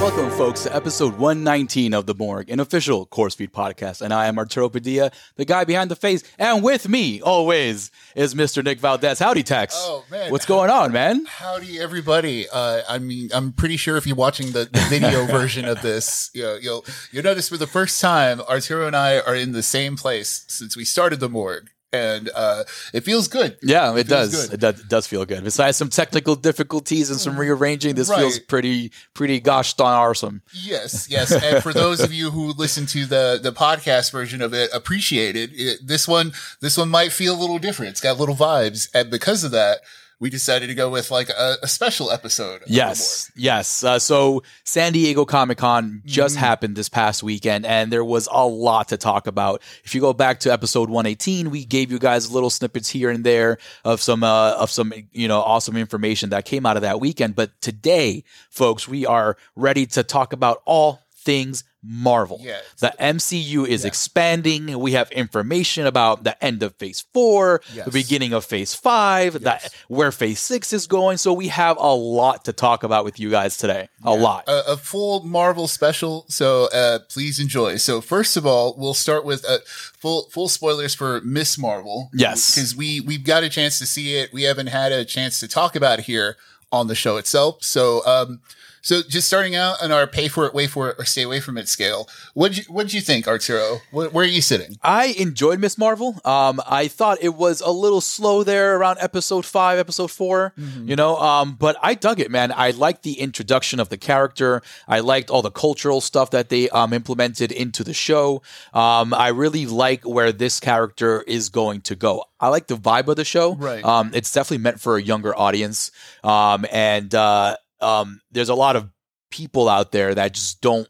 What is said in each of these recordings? Welcome, folks, to episode 119 of The Morgue, an official Course Feed podcast. And I am Arturo Padilla, the guy behind the face. And with me, always, is Mr. Nick Valdez. Howdy, Tex. Oh, man. What's going on, man? Howdy, everybody. Uh, I mean, I'm pretty sure if you're watching the, the video version of this, you know, you'll you'll notice for the first time, Arturo and I are in the same place since we started the morgue, and uh, it feels good. Yeah, it feels does. good. Mm. It does, does feel good. Besides some technical difficulties and some rearranging, this Right. feels pretty, pretty gosh darn awesome. Yes, yes. And for those of you who listen to the the podcast version of it, appreciate it. it this one, this one might feel a little different. It's got little vibes, and because of that, we decided to go with like a, a special episode. of the Morgue. Yes, yes. Uh, so San Diego Comic Con just happened this past weekend, and there was a lot to talk about. If you go back to episode 118, we gave you guys little snippets here and there of some uh, of some you know awesome information that came out of that weekend. But today, folks, we are ready to talk about all things Marvel. Yeah. The MCU is expanding. We have information about the end of phase four, Yes. the beginning of phase five, that where phase six is going. So we have a lot to talk about with you guys today. A lot. a, a full Marvel special, so uh, please enjoy. So first of all, we'll start with uh, full full spoilers for Miss Marvel. Yes. because we we've got a chance to see it. We haven't had a chance to talk about it here on the show itself. So um, so just starting out on our pay for it, wait for it, or stay away from it scale. What you what you think, Arturo? Wh where are you sitting? I enjoyed Miss Marvel. Um, I thought it was a little slow there around episode five, episode 4 you know. Um, but I dug it, man. I liked the introduction of the character. I liked all the cultural stuff that they um, implemented into the show. Um, I really like where this character is going to go. I like the vibe of the show. Right. Um, it's definitely meant for a younger audience. Um, and uh, um, there's a lot of people out there that just don't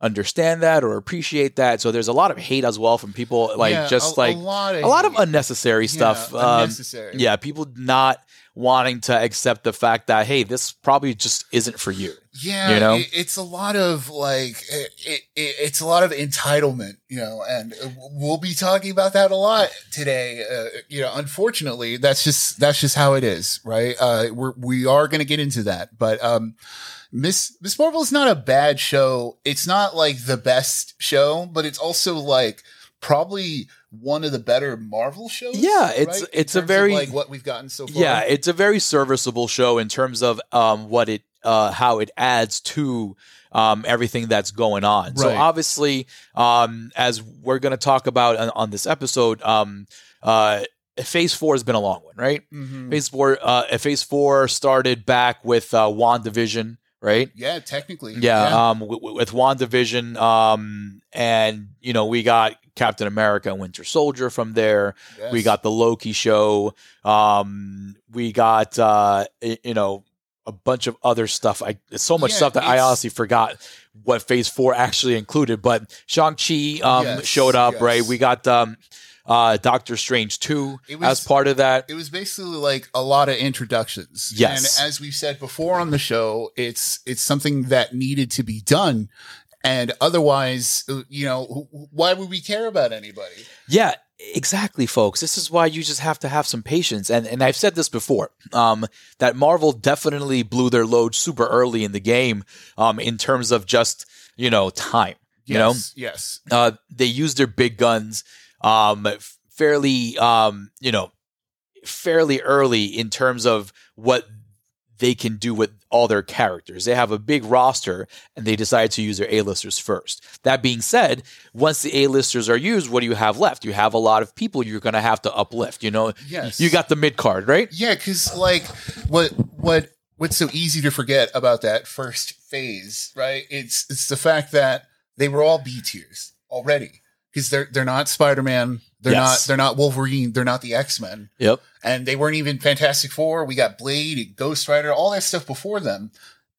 understand that or appreciate that. So there's a lot of hate as well from people like Yeah, just a- like a lot of, a lot of unnecessary stuff. um, unnecessary. yeah, people not wanting to accept the fact that hey, this probably just isn't for you. Yeah, You know? it- it's a lot of like it, it, it's a lot of entitlement, you know, and we'll be talking about that a lot today. Uh, you know, unfortunately, that's just that's just how it is, right? Uh, we're we are going to get into that, but um, Miss Miss Marvel is not a bad show. It's not like the best show, but it's also like probably one of the better Marvel shows. Yeah, it's- In it's a terms of, very- like what we've gotten so far. Yeah, it's a very serviceable show in terms of um, what it uh, how it adds to um, everything that's going on. So Right. obviously, um, as we're going to talk about on, on this episode, um, uh, Phase Four has been a long one, right? Mhm. Phase Four, uh, Phase Four started back with uh, Wandavision, right? yeah, technically, Yeah, um, w- w- with WandaVision, um, and you know we got Captain America and Winter Soldier from there. We Yes. got the Loki show. Um, we got uh, y- you know a bunch of other stuff. I it's so much Yeah, stuff that I it's- honestly forgot what Phase Four actually included. But Shang Chi um, Yes, showed up, yes. right? We got um, uh, Doctor Strange two It as was- part of that. it was basically like a lot of introductions. Yes. And as we've said before on the show, it's it's something that needed to be done. And otherwise, uh, you know, wh- why would we care about anybody? Yeah, exactly, folks. This is why you just have to have some patience. And and I've said this before, um, that Marvel definitely blew their load super early in the game, um, in terms of just you know time. You know, yes, yes, uh, they used their big guns um, f- fairly, um, you know, fairly early in terms of what they can do with all their characters. They have a big roster and they decide to use their A-listers first. That being said, once the A-listers are used, what do you have left? You have a lot of people you're going to have to uplift, you know. Yes. You got the mid card, right? yeah. Because like, what what what's so easy to forget about that first phase, right? It's it's the fact that they were all B tiers already because they're they're not Spider Man, They're Yes. not they're not Wolverine, they're not the X-Men. Yep. And they weren't even Fantastic Four. We got Blade and Ghost Rider, all that stuff before them.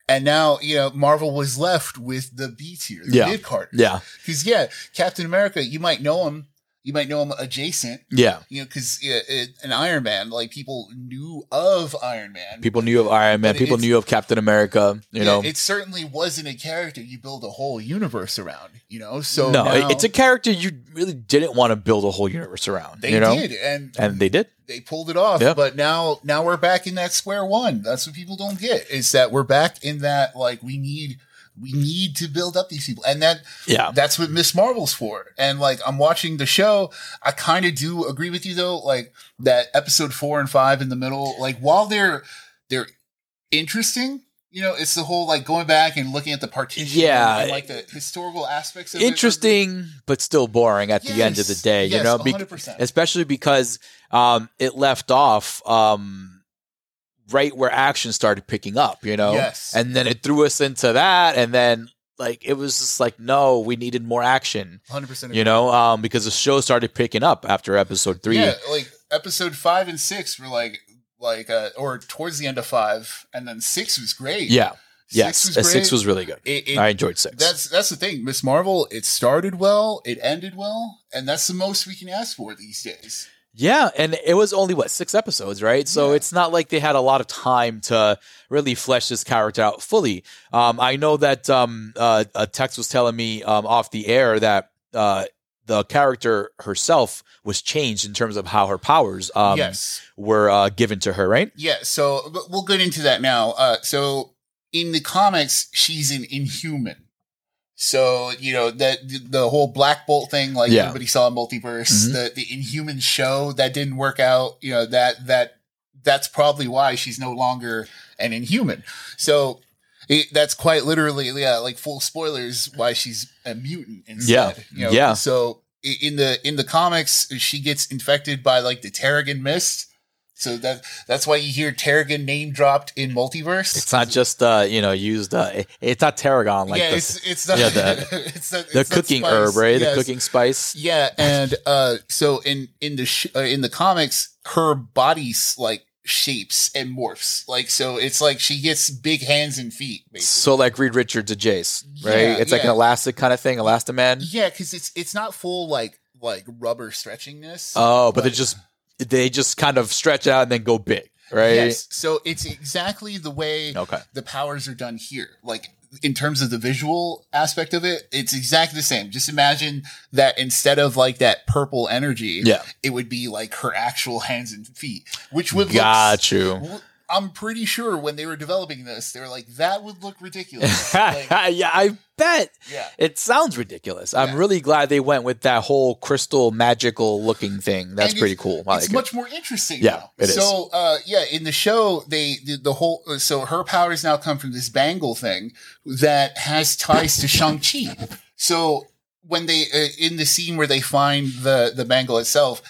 And now, you know, Marvel was left with the B tier, the Yeah. mid card. Yeah. Because yeah, Captain America, you might know him, you might know him adjacent, Yeah. you know, because an Iron Man, like people knew of Iron Man. People knew of Iron Man. But People it's- knew of Captain America. You Yeah, know, it certainly wasn't a character you build a whole universe around. You know, so no, it- now it's a character you really didn't want to build a whole universe around. they you know, did, and and they did. they pulled it off. Yeah. But now, now we're back in that square one. That's what people don't get is that we're back in that like we need we need to build up these people, and that Yeah. that's what Miss Marvel's for. And like, I'm watching the show. I kind of do agree with you though. Like that episode four and five in the middle, like while they're, they're interesting, you know, it's the whole like going back and looking at the partition. Yeah. And, like the historical aspects of it are- Interesting, but still boring at the end of the Yes. day. you Yes, know, Be- 100%. especially because um, it left off um, right where action started picking up. You know, Yes. and then it threw us into that, and then like it was just like, no, we needed more action. 100%. agree. You know, um, because the show started picking up after episode three. Yeah. Like episode five and six were like, like, uh, or towards the end of five. And then six was great. Yeah. yes, Six Uh, was great. six was really good. it, it, I enjoyed six. That's that's the thing. Miss Marvel, it started well, it ended well, and that's the most we can ask for these days. yeah, and it was only what six episodes, right? So Yeah. it's not like they had a lot of time to really flesh this character out fully. Um, I know that um, uh, uh, Tex was telling me um, off the air that uh, the character herself was changed in terms of how her powers um, yes. were uh, given to her, right? Yeah, so but we'll get into that now. Uh so in the comics, she's an inhuman. So, you know, that the, the whole Black Bolt thing, like Yeah. everybody saw in multiverse, Mhm. the, the inhuman show that didn't work out, you know, that that that's probably why she's no longer an inhuman. So it, that's quite literally, yeah, like full spoilers why she's a mutant instead. Yeah. you know? Yeah. So i- in the in the comics, she gets infected by like the Terrigan mist. So that that's why you hear Terrigan name dropped in multiverse. It's not just uh, you know used. Uh, it- it's not tarragon like yeah, the, it's it's not yeah, the- it's not, the it's not cooking spice. herb, right? Yes. The cooking spice. Yeah, and uh, so in in the sh- uh, in the comics, her body's like shapes and morphs. Like so, it's like she gets big hands and feet. Basically. So like Reed Richards to Jace, right? Yeah, it's like an yeah. elastic kind of thing, Elastoman. Yeah, because it's it's not full like like rubber stretchingness. Oh, but they But- just they just kind of stretch out and then go big, right? Yes, so it's exactly the way Okay. the powers are done here. Like in terms of the visual aspect of it, it's exactly the same. Just imagine that instead of like that purple energy, Yeah. it would be like her actual hands and feet, which would look. Got you. Well, I'm pretty sure when they were developing this, they were like, "That would look ridiculous." like, yeah, I bet yeah, it sounds ridiculous. I'm Yeah. really glad they went with that whole crystal magical looking thing. That's And pretty cool. I it's like it. much more interesting. Yeah, now. it is. So, uh, yeah, in the show, they the, the whole so her powers now come from this bangle thing that has ties to Shang Chi. So when they uh, in the scene where they find the the bangle itself,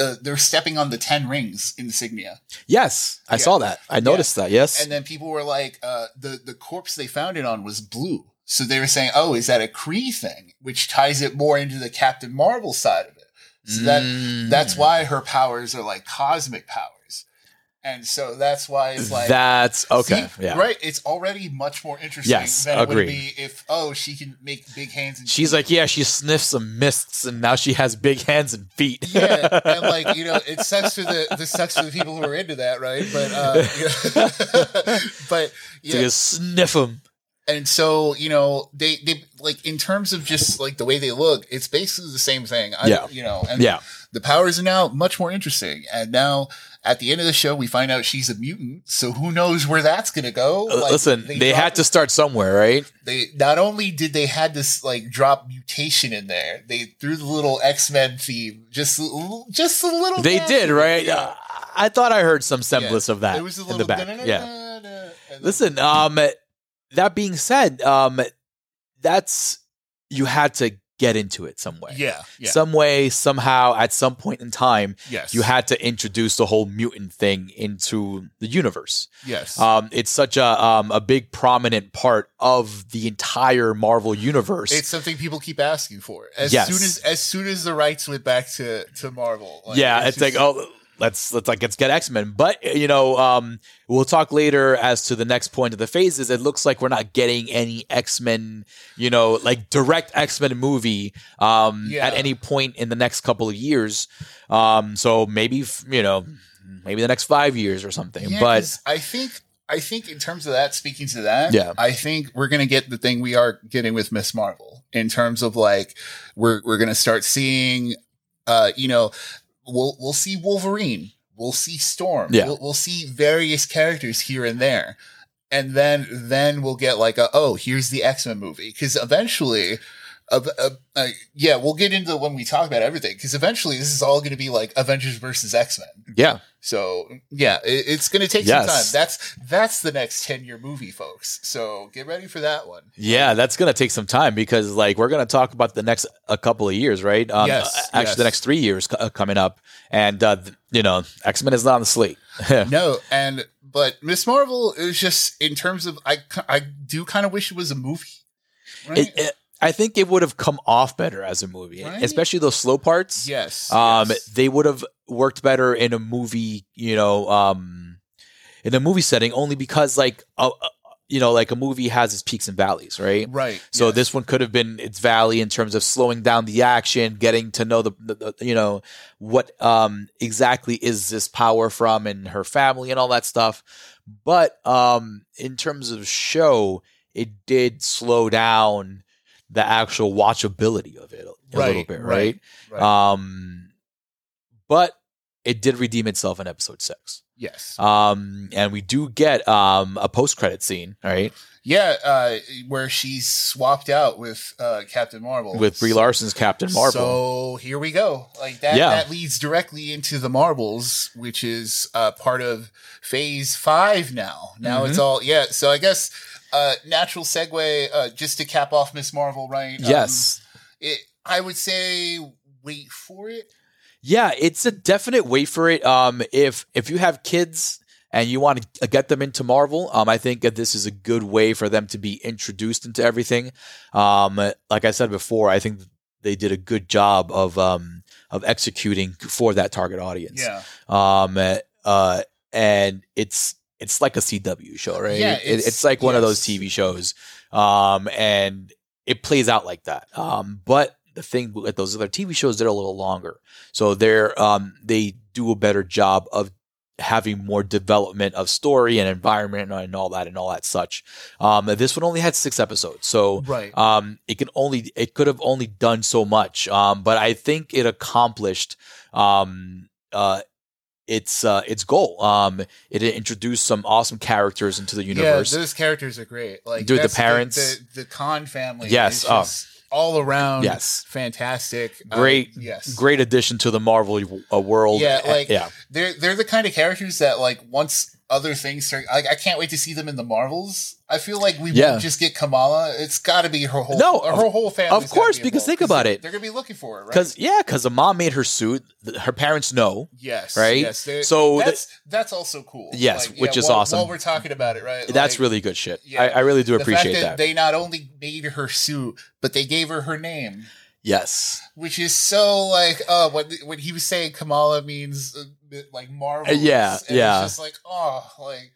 uh, they're stepping on the ten rings insignia, Yes, I Yeah. saw that. I noticed that. Yes. and then people were like, uh, the the corpse they found it on was blue. So they were saying, "Oh, is that a Kree thing?" Which ties it more into the Captain Marvel side of it. So that Mm. That's why her powers are like cosmic powers. And so that's why it's like that's okay. See, yeah. Right. It's already much more interesting Yes, than it would agreed. be if oh she can make big hands and She's like, yeah, she sniffs some mists and now she has big hands and feet. yeah, and like you know, it sucks for the this sucks for the people who are into that, right? But uh, yeah. but to yeah, just sniff them. and so you know they they like in terms of just like the way they look, it's basically the same thing. I, Yeah. you know, and Yeah. the powers are now much more interesting. And now at the end of the show, we find out she's a mutant. So who knows where that's going to go? Uh, Like, Listen, they, had dropped- to start somewhere, right? They not only did they had this like drop mutation in there, they threw the little X Men theme just a little- just a little. They bit. did, right? Uh, I thought I heard some Yeah. semblance of that It was a in little the back. Yeah. da-da-da-da-da, and Listen, um, that being said, um, that's you had to get into it some way. Yeah. Yeah. Some way, somehow, at some point in time, yes. you had to introduce the whole mutant thing into the universe. Yes. Um, it's such a um, a big prominent part of the entire Marvel universe. it's something people keep asking for. As Yes. soon as as soon as the rights went back to to Marvel, yeah, it's, like just- oh, let's let's like let's get X Men. But you know, um, we'll talk later as to the next point of the phases. It looks like we're not getting any X Men, you know, like direct X Men movie um, Yeah. at any point in the next couple of years. Um, so maybe f- you know, maybe the next five years or something. Yeah, but 'cause I think I think in terms of that, speaking to that, Yeah. I think we're gonna get the thing we are getting with Miss Marvel in terms of like we're we're gonna start seeing, uh, you know, we'll we'll see Wolverine, we'll see Storm, Yeah. we'll, we'll see various characters here and there. And then, then we'll get like a oh, here's the X Men movie because eventually, uh, uh, uh, yeah, we'll get into when we talk about everything because eventually this is all going to be like Avengers versus X Men. yeah, So yeah, it, it's going to take Yes. some time. That's that's the next ten year movie, folks. So get ready for that one. Yeah, that's gonna take some time because like we're gonna talk about the next a couple of years, right? Um, Yes, actually, the yes. next three years co- uh, coming up, and uh, th- you know, X Men is not on the slate. No, and but Miss Marvel is just in terms of I ki- I do kind of wish it was a movie. Right? It, it, I think it would have come off better as a movie, Right? especially those slow parts. yes. um, yes. they would have worked better in a movie, you know, um, in a movie setting, only because like a, a- you know, like a movie has its peaks and valleys, right? right. So yes. this one could have been its valley in terms of slowing down the action, getting to know the, the, the you know what um exactly is this power from and her family and all that stuff. But um in terms of show, it did slow down the actual watchability of it a little Right, bit, right? right, right. Um but it did redeem itself in episode 6. yes. Um and we do get um a post-credit scene, right? yeah, uh, where she's swapped out with uh, Captain Marvel With Brie Larson's Captain Marvel. So here we go. Like that, Yeah. that leads directly into the marbles, which is uh, part of phase five now. Now Mm-hmm. it's all yeah. So I guess uh, natural segue uh, just to cap off Miss Marvel, right? Um, yes. it, I would say wait for it. Yeah, it's a definite wait for it. Um, if if you have kids and you want to get them into Marvel, um, I think that this is a good way for them to be introduced into everything. Um, like I said before, I think they did a good job of um of executing for that target audience. Yeah, Um, uh, and it's it's like a CW show, right? Yeah, It- it's, it's- like one of yes. those TV shows. Um, and it plays out like that. Um, but the thing with those other TV shows, they're a little longer, so they're um they do a better job of having more development of story and environment and all that and all that such. Um, this one only had six episodes, so right. um, it can only it could have only done so much, um, but I think it accomplished um, uh, its uh, its goal. Um, it introduced some awesome characters into the universe. Yeah, those characters are great. Like Dude, the that's parents. the, the, the Khan family. Yes, is oh. just all around. Yes. fantastic. Uh, Great, yes, Great addition to the Marvel uh, world. Yeah, like- yeah, they're they're the kind of characters that like once other things start like I can't wait to see them in the Marvels. I feel like we Yeah. won't just get Kamala. It's got to be her whole No, her of- whole family. course, because think about it. They're gonna be looking for it, right? because yeah, because the mom made her suit. Th- Her parents know. yes, right? Yes, they- So that's that's also cool. Yes, which is while, awesome. While we're talking about it, right? That's like, really good shit. yeah. I, I really do the appreciate fact that. They not only made her suit, but they gave her her name. yes. which is so like uh when when he was saying Kamala means uh, like Marvel. Uh, yeah, yeah. It's just like oh, like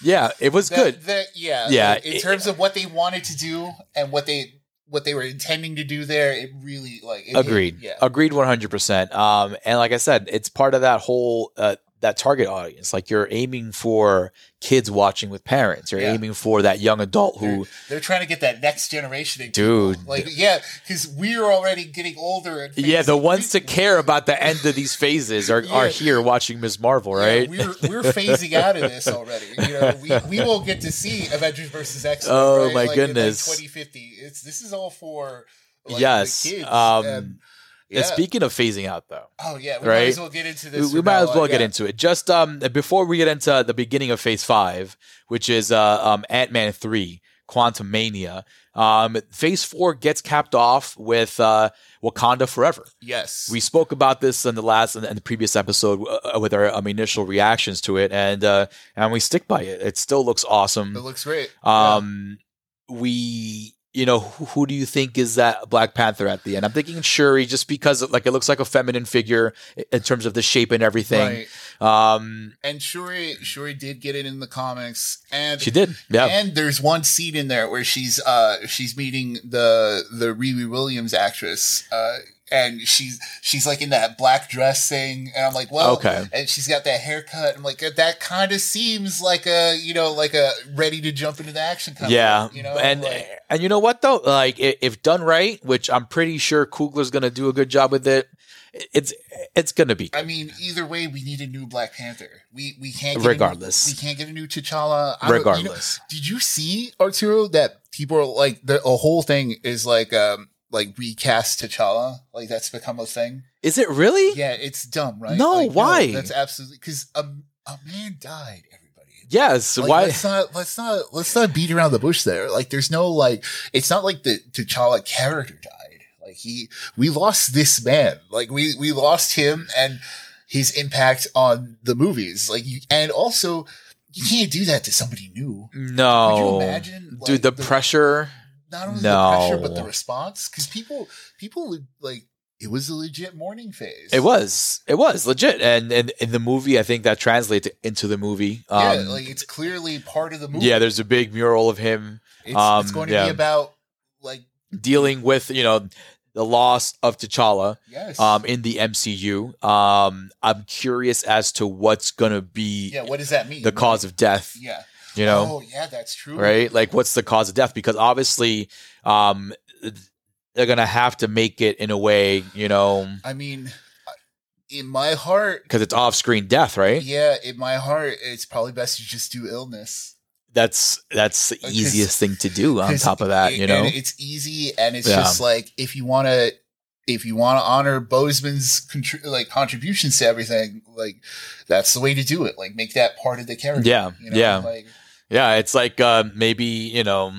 Yeah, it was that- good. that- yeah, Yeah, like, in it- terms of what they wanted to do and what they what they were intending to do there, it really like it, Agreed. it- yeah, Agreed 100%. Um, and like I said, it's part of that whole, uh, that target audience. Like you're aiming for kids watching with parents. You're Yeah. aiming for that young adult who, they're trying to get that next generation. in dude. people. like yeah, because we're already getting older. And yeah, the ones to that care about the end of these phases are, are Yeah. here watching Ms. Marvel, right? we're we're phasing out of this already. You know, we, we won't get to see Avengers versus X. Oh, right? my Like, in, like, goodness. 2050. It's this is all for like, yes. the kids. um, and, yeah. and speaking of phasing out, though. oh yeah, we might right? as well get into we, this. we from might as now well on, get yeah. into it. Just um, before we get into the beginning of Phase Five, which is uh, um, Ant Man three, Quantum Mania. Um, phase four gets capped off with uh, Wakanda Forever. Yes. We spoke about this in the last and the previous episode uh, with our um, initial reactions to it, and uh, and we stick by it. It still looks it awesome. looks great. Um, we, you know, who, who do you think is that Black Panther at the end? I'm thinking Shuri, just because like it looks like a feminine figure i- in terms of the shape and everything. Right. Um, And Shuri Shuri did get it in the comics and she did, yeah. And there's one scene in there where she's uh she's meeting the the Riri Williams actress uh and she's she's like in that black dress thing and I'm like well Okay. and she's got that haircut I'm like that kind of seems like a you know like a ready to jump into the action kind yeah, you know and like, and you know what though, like i- if done right, which I'm pretty sure Coogler's gonna do a good job with it, it's it's gonna be. I mean either way we need a new Black Panther we we can't get a new- Regardless. we can't get a new T'Challa I don't- you know- Regardless, Did you see Arturo that people are like the a whole thing is like um like recast T'Challa like that's become a thing. is it really? Yeah, it's dumb, right? No, Like, why? that's absolutely because a a man died. Everybody. Yes. Like, why? Let's not let's not let's not beat around the bush there. Like, there's no like. It's not like the T'Challa character died. Like he, we lost this man. Like we we lost him and his impact on the movies. Like you, and also you can't do that to somebody new. No. Could you imagine, Oh, Dude, like, the, the- pressure. not only No. the pressure but the response because people people like it was a legit mourning phase It was. It was legit. And and in the movie, I think that translates into the movie. Um, yeah yeah, like it's clearly part of the movie there's a big mural of him it's, um, it's going to yeah. be about like dealing with, you know, the loss of T'Challa yes um, in the MCU. Um, I'm curious as to what's going to be yeah what does that mean the cause of death, yeah you know? oh yeah that's true right? Like, what's the cause of death? Because obviously, um, they're going to have to make it in a way, you know, i mean in my heart because it's off screen death, right? yeah in my heart it's probably best to just do illness that's that's the 'Cause- easiest thing to do on 'Cause top of that it- you know and it's easy and it's Yeah. just like if you want to if you want to honor Bozeman's contri- like contributions to everything, like that's the way to do it. Like make that part of the character. Yeah, you know? yeah. Like yeah it's like uh, maybe you know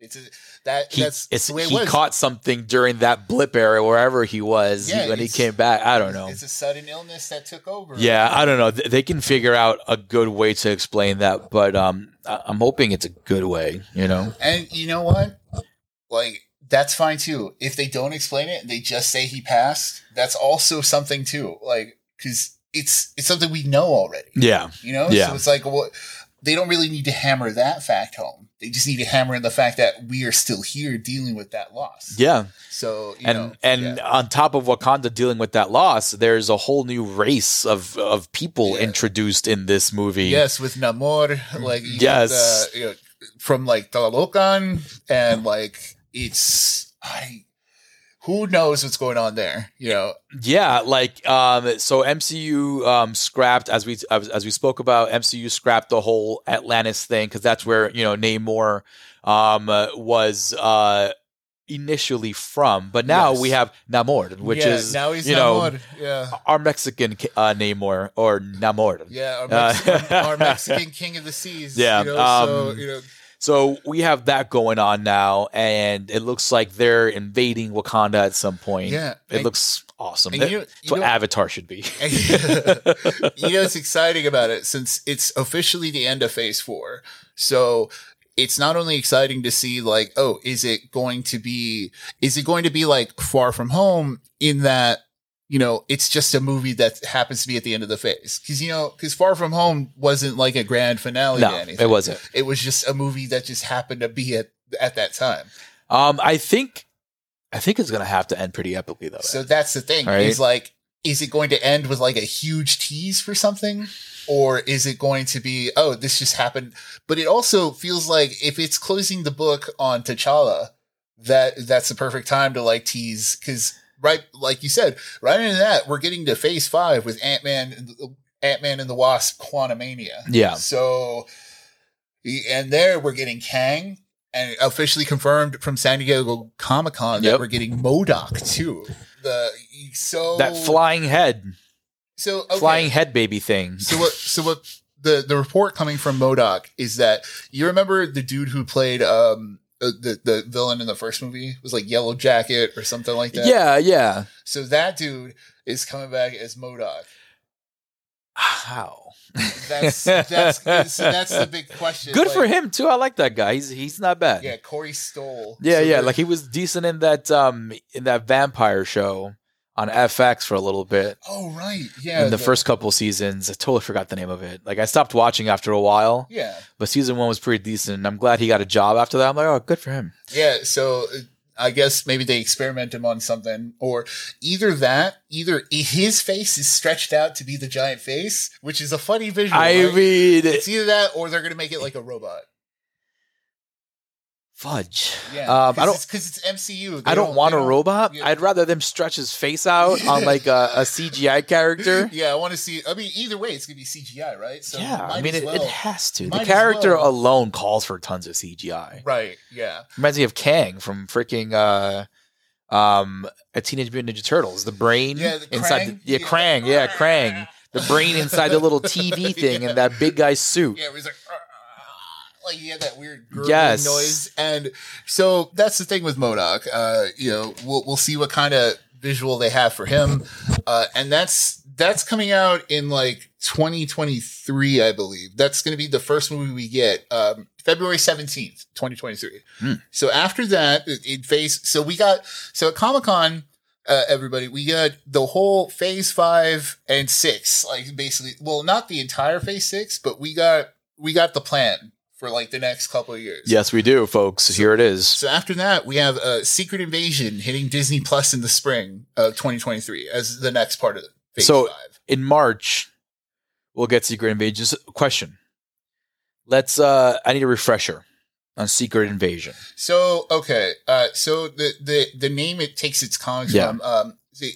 it's a, that he that's it's, the way it he was. caught something during that blip era wherever he was Yeah, when he it's- came back i don't know It's a sudden illness that took over. yeah i don't know Th- they can figure out a good way to explain that but um I- i'm hoping it's a good way you know and you know what? Like that's fine too. If they don't explain it and they just say he passed, that's also something too. Like because it's it's something we know already. yeah You know? Yeah. So it's like, well, they don't really need to hammer that fact home. They just need to hammer in the fact that we are still here dealing with that loss. yeah So, you and know, and yeah. on top of wakanda dealing with that loss there's a whole new race of of people Yeah. introduced in this movie yes, with Namor, like, you Yes. got the, you know, from like Talalocan and like, it's, I, who knows what's going on there? You know, Yeah, like um, so MCU um, scrapped as we as, as we spoke about MCU scrapped the whole Atlantis thing because that's where you know Namor um, uh, was uh, initially from, but now Yes. we have Namor, which Yeah, is now he's you know- Namor. yeah. our Mexican ca- uh, Namor or Namor. Yeah, our Uh, Mexican, our Mexican king of the seas. Yeah, you know, so um, you know, So we have that going on now, and it looks like they're invading Wakanda at some point. yeah, it and- looks awesome. and That- you- that's you what know- Avatar should be. And- you know it's exciting about it since it's officially the end of phase four so it's not only exciting to see like oh is it going to be is it going to be like far from home in that you know it's just a movie that happens to be at the end of the phase because you know because far from home wasn't like a grand finale No, to Oh, anything it wasn't. it was just a movie that just happened to be at at that time Um, I think, I think it's gonna have to end pretty epically though. So that's the thing. All right. Is like, is it going to end with like a huge tease for something? Or is it going to be, oh, this just happened? But it also feels like if it's closing the book on T'Challa, that that's the perfect time to like tease because right, like you said, right into that, we're getting to phase five with Ant Man, Ant Man and the Wasp, Quantumania. yeah. So, e, and there we're getting Kang, and officially confirmed from San Diego Comic Con Yep. that we're getting Modoc too. The e, so that flying head, so okay. flying head baby thing. So what? So what? the the report coming from Modoc is that you remember the dude who played um uh, the the villain in the first movie It was like Yellow Jacket or something like that. Yeah, yeah. So that dude is coming back as Modoc. How? That's that's so that's the big question. Good for Like, him too. I like that guy. He's he's not bad. Yeah, Corey Stoll. Yeah, So yeah. they're- Like he was decent in that um in that vampire show on FX for a little bit oh right, yeah. in the first couple seasons. I totally forgot the name of it. Like I stopped watching after a while, Yeah, but season one was pretty decent. And I'm glad he got a job after that. I'm like, oh, good for him. yeah. So uh, I guess maybe they experiment him on something, or either that, either his face is stretched out to be the giant face, which is a funny visual. I right? mean, it's either that, or they're gonna make it like a robot. fudge. Yeah, Um, I don't. because it's, MCU. They I don't, they want a robot. yeah. I'd rather them stretch his face out on like a, a CGI character. Yeah, I want to see. I mean, either way, it's gonna be CGI, right? So yeah, I might mean as it, well. it has to. Might the as character well. alone calls for tons of CGI. right. Yeah. Reminds me of Kang from freaking uh um a Teenage Mutant Ninja Turtles. The brain Yeah, the inside Krang? the yeah, Yeah. Krang, yeah, Krang. The brain inside the little TV thing Yeah. and that big guy's suit. Yeah, it was like, "Argh," like he had that weird gurgling Yes. noise, and so that's the thing with Modoc. Uh, you know, we'll we'll see what kind of visual they have for him, uh, and that's that's coming out in like 2023, I believe. That's going to be the first movie we get, um, February 17th, 2023. Hmm. So after that, it, it phase. So we got so at Comic Con uh, everybody. We got the whole phase five and six, like basically, well, not the entire phase six, but we got, we got the plan for like the next couple of years. Yes, we do, folks. Here it is. So after that, we have uh, Secret Invasion hitting Disney Plus in the spring of 2023 as the next part of the phase So- five. In March, we'll get Secret Invasion. So, Question. Let's uh I need a refresher on Secret Invasion. So, okay. Uh, so the, the, the name it takes its comics Yeah. from, um, the,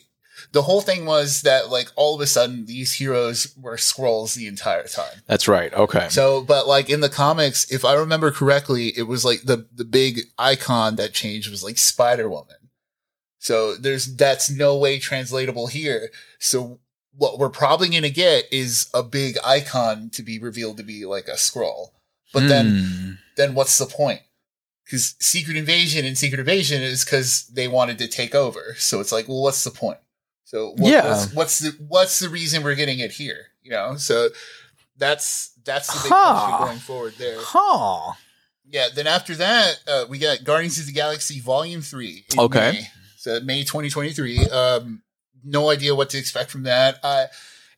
the whole thing was that like all of a sudden these heroes were scrolls the entire time. That's right. Okay. So, but like in the comics, if I remember correctly, it was like the the big icon that changed was like Spider Woman. So there's that's no way translatable here. So what we're probably going to get is a big icon to be revealed to be like a scroll. But then Hmm. then what's the point? Because Secret Invasion and Secret Invasion is because they wanted to take over. So it's like, well, what's the point? So what, Yeah. what's, what's the what's the reason we're getting it here? You know, so that's that's the big Huh. question going forward Hmm. there. Huh. Yeah. Then after that, uh, we got Guardians of the Galaxy Volume Three. in Okay. May. So May 2023. Um, no idea what to expect from that. Uh,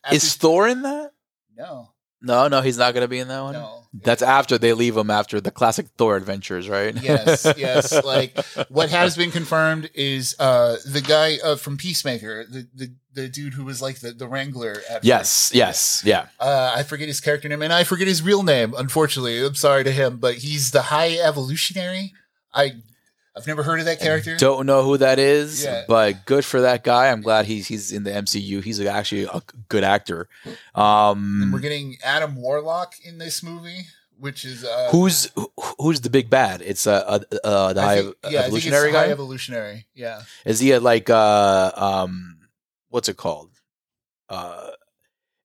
after- Is Thor in that? no, No, no, he's not gonna be in that one. no. That's after they leave him after the classic Thor adventures, right? yes, yes. Like what has been confirmed is uh the guy uh, from Peacemaker, the, the the dude who was like the, the Wrangler. At yes, yes, yeah. first. Uh, I forget his character name, and I forget his real name. Unfortunately, I'm sorry to him, but he's the High Evolutionary. I I've never heard of that character. Don't know who that is, Yeah. but good for that guy. I'm glad he's he's in the MCU. He's actually a good actor. And we're Um, getting Adam Warlock in this movie, which is uh, who's who- who's the big bad? It's uh, uh, uh the I high think- yeah, I think it's evolutionary guy. High Evolutionary, yeah. is he a, like uh um what's it called? Uh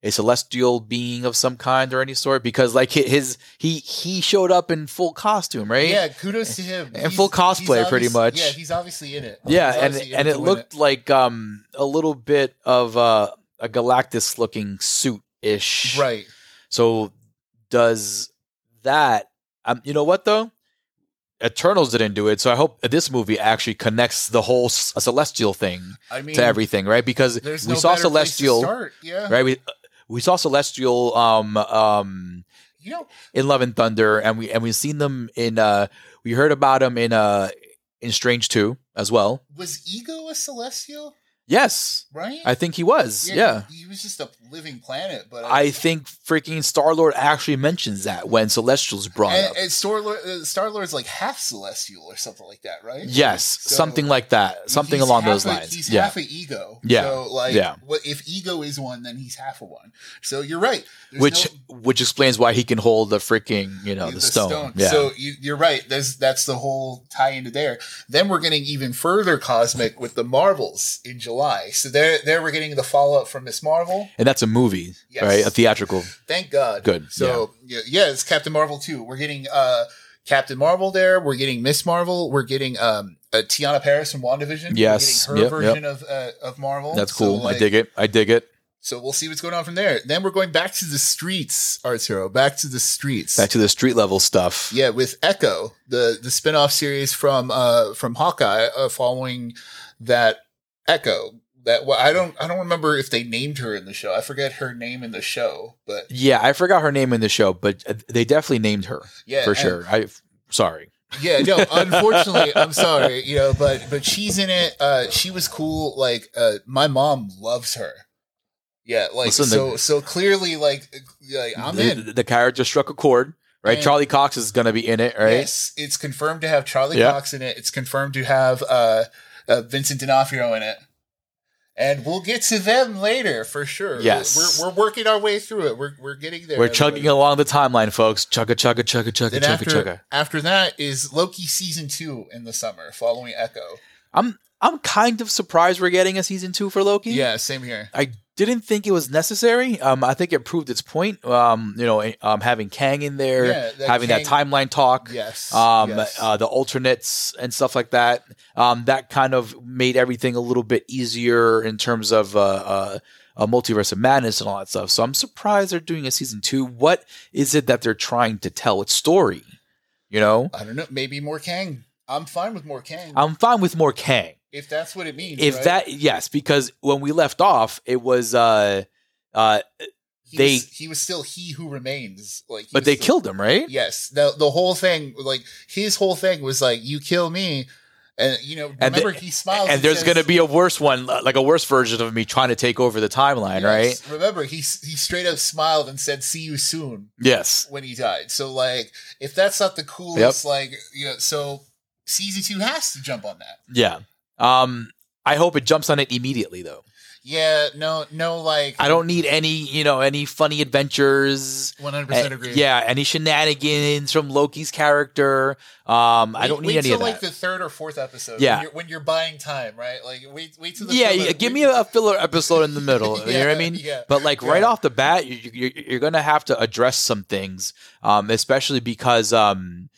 a celestial being of some kind or any sort because like hi- his he he showed up in full costume, right? Yeah, kudos to him. And full cosplay, he's pretty obvious- much. Yeah, he's obviously in it. Yeah, He's and obviously in and it to win looked like um a little bit of uh, a Galactus looking suit ish. right. So does that? Um, you know what though? Eternals didn't do it, so I hope this movie actually connects the whole s- celestial thing I mean, to everything, right? Because There's we no saw better place to celestial, start. Yeah, right? We we saw celestial um um you know, in Love and Thunder, and we and we've seen them in uh we heard about them in uh in Strange Two as well. was Ego a celestial? Yes, Right? I think he was. Yeah. He, he was just a living planet, but uh, I think freaking Star Lord actually mentions that when Celestial's brought and, up. and Star Lord, Star Lord's like half celestial or something like that, right? yes, So- something like that. Something He's along half those a- lines. He's Yeah. half a ego. Yeah. So like, Yeah. what if ego is one, then he's half a one. So you're right. There's Which no- which explains why he can hold the freaking, you know, the, stone. Yeah. So you, you're right. There's, that's the whole tie into there. Then we're getting even further cosmic with the Marvels in July. So there, there we're getting the follow up from Miss Marvel. and that's a movie, Yes. right? A theatrical. Thank God. Good, So yeah, yeah it's Captain Marvel too. We're getting uh Captain Marvel there. We're getting Miss Marvel. We're getting um uh, Tiana Paris from WandaVision. Yes. We're getting Yep, her yep. version of uh, of Marvel. That's cool. I dig it. I dig it. So we'll see what's going on from there. Then we're going back to the streets, Arturo. Back to the streets. Back to the street level stuff. Yeah, with Echo, the the spin-off series from uh from Hawkeye uh, following that Echo. That well, I don't I don't remember if they named her in the show. I forget her name in the show, but Yeah, I forgot her name in the show, but uh, they definitely named her yeah, for and- sure. I sorry. Yeah, no, unfortunately, I'm sorry, you know, but but she's in it. Uh she was cool like uh my mom loves her. Yeah, like Listen, so so clearly like, like I'm the, in. The character struck a chord, right? Man. Charlie Cox is going to be in it, right? Yes, it's confirmed to have Charlie Yeah. Cox in it. It's confirmed to have uh, uh, Vincent D'Onofrio in it. And we'll get to them later for sure. Yes. we're, we're working our way through it. We're we're getting there. We're chugging everybody. along the timeline, folks. Chugga, chugga, chugga, chugga, Then chugga, after, chugga. after that is Loki season two in the summer, following Echo. I'm I'm kind of surprised we're getting a season two for Loki. Yeah, same here. I didn't think it was necessary. Um, I think it proved its point. Um, you know, um, having Kang in there, Yeah, that having that Kang- timeline talk. Yes. Um, yes. uh, the alternates and stuff like that. Um, that kind of made everything a little bit easier in terms of uh, uh, a multiverse of madness and all that stuff. So I'm surprised they're doing a season two. What is it that they're trying to tell? It's story, you know. I don't know. Maybe more Kang. I'm fine with more Kang I'm fine with more Kang. if that's what it means. Um, If right? that yes, because when we left off, it was uh, uh, he they- was, he was still he who remains. Like, he but was they still- killed him, right? Yes, the the whole thing, like his whole thing was like, "You kill me," and you know, And remember the- he smiles. and there's going to be a worse one, uh, like a worse version of me trying to take over the timeline, right? Remember, he s- he straight up smiled and said, "See you soon." Yes. When he died, so like, if that's not the coolest, like, you know, so season two has to jump on that. Yeah. Um, I hope it jumps on it immediately, though. Yeah, no, no, like, I don't need any, you know, any funny adventures. eh, one hundred percent agree. Yeah, any shenanigans from Loki's character. Um, I Wait- don't need wait any till of that. like the third or fourth episode. Yeah. when you're, when you're buying time, right? Like, wait, wait till the yeah, filler- yeah, give me wait- a filler episode in the middle. you know what I Yeah, mean? yeah. But like right Yeah. off the bat, you, you, you're going to have to address some things, um, especially because um,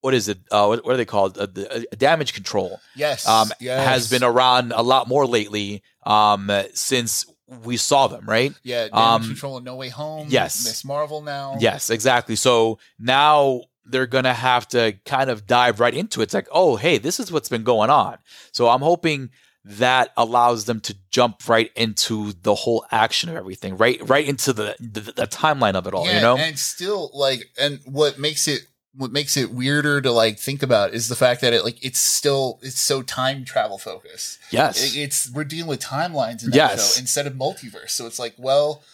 what is it? Uh, what, what are they called? Uh, the, uh, damage control yes, um, yes. has been around a lot more lately um, since we saw them, right? Yeah, damage Um, control and No Way Home. yes. Miss Marvel now. Yes, exactly. So now they're going to have to kind of dive right into it. It's like, oh, hey, this is what's been going on. So I'm hoping that allows them to jump right into the whole action of everything, right right into the the, the timeline of it all, Yeah, you know? and still like, and what makes it what makes it weirder to like think about is the fact that it like it's still it's so time travel focused. yes. It- it's we're dealing with timelines in that Yes. show instead of multiverse. So it's like, well,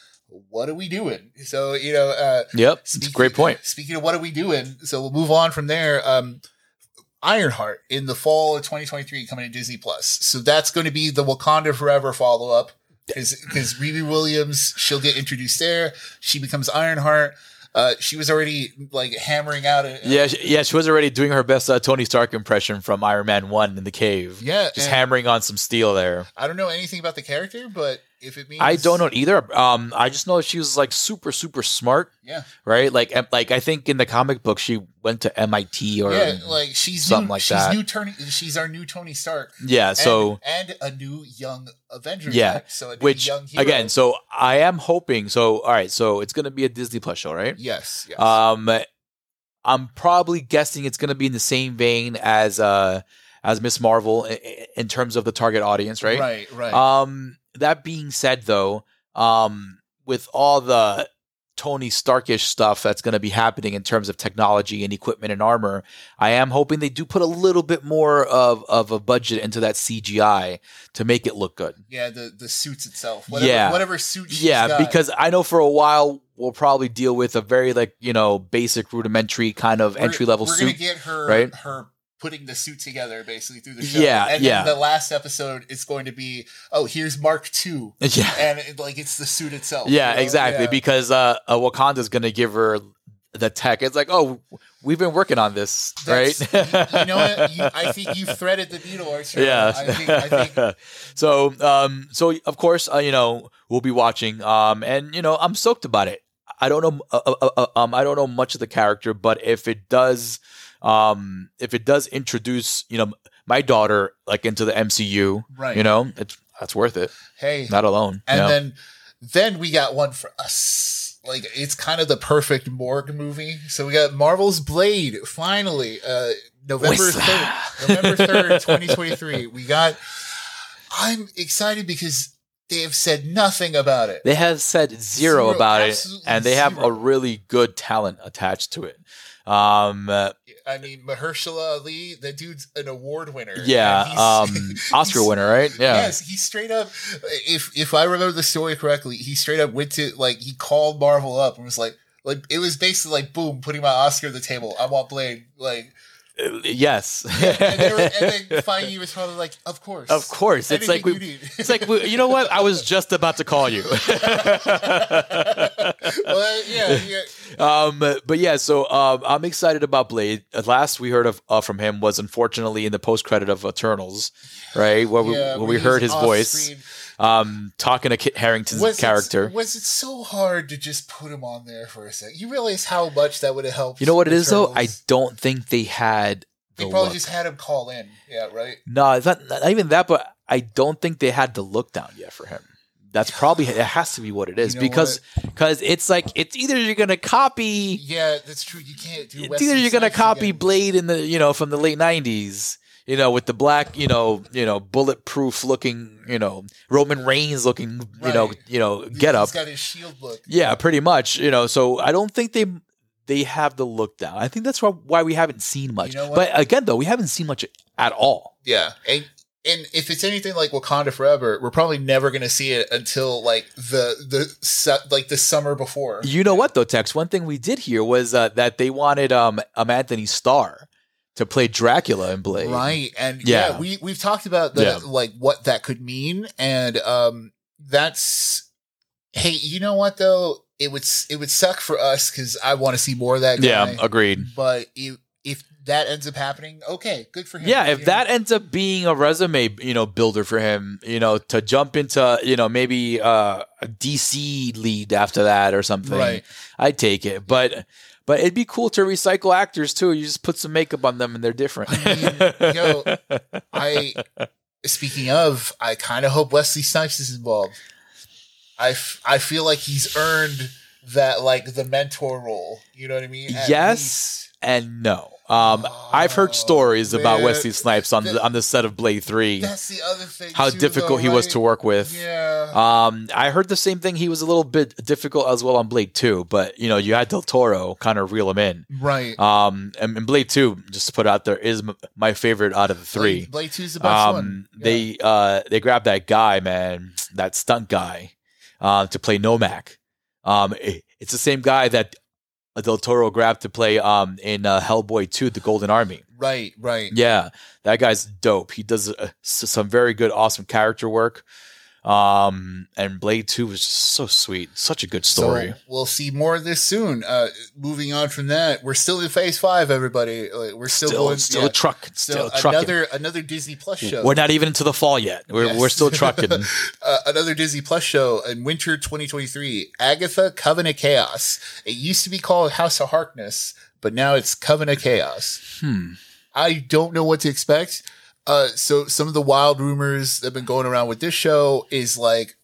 what are we doing? So you know, uh, yep. It's a great point. Speaking of what are we doing, so we'll move on from there. Um, Ironheart in the fall of 2023 coming to Disney Plus. So that's going to be the Wakanda Forever follow up because Riri Williams she'll get introduced there. She becomes Ironheart. Uh, she was already like hammering out. A, Yeah, she, yeah, she was already doing her best uh, Tony Stark impression from Iron Man 1 in the cave. yeah. Just and hammering on some steel there. I don't know anything about the character, but if it means I don't know either. Um, I just know she was like super, super smart. Yeah, right? Like, em- like I think in the comic book, she went to MIT or yeah. yeah. Like she's something new, like she's that. New Tony, she's our new Tony Stark. And- so, and, a new young Avenger. Yeah, type, so a new which young hero. again, so I am hoping. So, all right, so it's gonna be a Disney Plus show, right? Yes. yes. Um, I'm probably guessing it's gonna be in the same vein as uh as Miss Marvel in, in terms of the target audience, right? Right. Right. Um, that being said, though, um, with all the Tony Starkish stuff that's going to be happening in terms of technology and equipment and armor, I am hoping they do put a little bit more of of a budget into that CGI to make it look good. yeah. The the suits itself. Whatever, Yeah. Whatever suit. she's yeah, got. because I know for a while we'll probably deal with a very like you know basic rudimentary kind of We're- entry level We're suit. gonna get her. right? Her putting the suit together basically through the show. Yeah, And yeah. Then the last episode is going to be oh here's Mark Two, yeah, and it, like it's the suit itself. Yeah, Oh, you know? exactly. Yeah. Because uh, uh, Wakanda's going to give her the tech. It's like, oh, We've been working on this, That's- right? you, you know what? You, I think you've threaded the needle, Arturo. yeah. I think, I think so, um, so of course, uh, you know, we'll be watching, um, and you know, I'm stoked about it. I don't know, uh, uh, uh, um, I don't know much of the character, but if it does, um, if it does introduce, you know, my daughter like into the MCU, right. you know, it's that's worth it. hey, Not alone. and you know? then then we got one for us. Like it's kind of the perfect Morg movie. So we got Marvel's Blade finally, uh, November Whistler. third, November third, twenty twenty three. We got. I'm excited because they have said nothing about it. They have said zero, Zero, about it, absolutely and they have zero. a really good talent attached to it. Um, uh, I mean, Mahershala Ali, the dude's an award winner. And yeah, he's- um, Oscar he's- winner, right? Yeah, Yes, he straight up. If if I remember the story correctly, he straight up went to like he called Marvel up and was like, like it was basically like, boom, putting my Oscar on the table. I want Blade. Like, Uh, yes. and, they were, and then Feige was probably like, of course, of course, it's like Anything we. you need. It's like we, you know what? I was just about to call you. well, yeah, yeah, um, but yeah, so um, I'm excited about Blade. At last we heard of uh, from him was unfortunately in the post credit of Eternals, right? Where we, yeah, where we he's heard his off voice, screen. um, talking to Kit Harrington's Was it- character. was it so hard to just put him on there for a sec? You realize how much that would have helped. You know what it is though? I Eternals? don't think they had the they probably look. just had him call in. Yeah, right. no, it's not, not even that, but I don't think they had the look down yet for him. That's probably it has to be what it is You know because because it's like it's either you're gonna copy Yeah, that's true. You can't do. it's Wesley either you're gonna Snipes copy again. Blade in the you know from the late nineties. You know, with the black, you know, you know, bulletproof looking, you know, Roman Reigns looking, you know, Right. you know, He's get up. got his shield look. Yeah, pretty much. You know, so I don't think they they have the look down. I think that's why why we haven't seen much. You know what? but again, though, we haven't seen much at all. Yeah, and and if it's anything like Wakanda Forever, we're probably never gonna see it until like the the su- like the summer before. You know what though, Tex? One thing we did hear was uh, that they wanted um, um Anthony Starr to play Dracula in Blade. Right, and Yeah. yeah, we we've talked about the Yeah. like what that could mean, and um, that's hey, you know what though, it would s- it would suck for us because I want to see more of that guy. Yeah, agreed. but if if that ends up happening, okay, good for him. Yeah, if You know? that ends up being a resume, you know, builder for him, you know, to jump into, you know, maybe uh, a DC lead after that or something, Right. I'd take it. But but it'd be cool to recycle actors too. You just put some makeup on them and they're different. I mean, yo, I speaking of, I kind of hope Wesley Snipes is involved. I, f- I feel like he's earned that like the mentor role. You know what I mean? At yes and no. Um, I've heard Oh, stories about man. Wesley Snipes on the, That- on the set of Blade Three. least. That's the other thing. How too, difficult he though, was right? to work with. Yeah. Um, I heard the same thing. He was a little bit difficult as well on Blade Two, but you know, you had Del Toro kind of reel him in. right. Um, and, and Blade Two, just to put out there, is m- my favorite out of the three. Blade, Blade Two's the best Um, one. Yeah. they uh they grabbed that guy, man, that stunt guy, uh, to play Nomak. Um, it- it's the same guy that Del Toro grabbed to play um in uh, Hellboy Two, The Golden Army. right, right. Yeah, that guy's dope. He does uh, s- some very good, awesome character work. Um, and Blade Two was just so sweet, such a good story. So we'll see more of this soon. Uh, moving on from that, we're still in phase five, everybody. Like, we're still, still, going still yeah. a truck, still still, trucking. another another Disney Plus show. We're not even into the fall yet. We're, Yes. we're still trucking. uh, another Disney Plus show in winter 2023, Agatha Covenant Chaos. It used to be called House of Harkness, but now it's Covenant Chaos. hmm. I don't know what to expect. Uh, so some of the wild rumors that have been going around with this show is like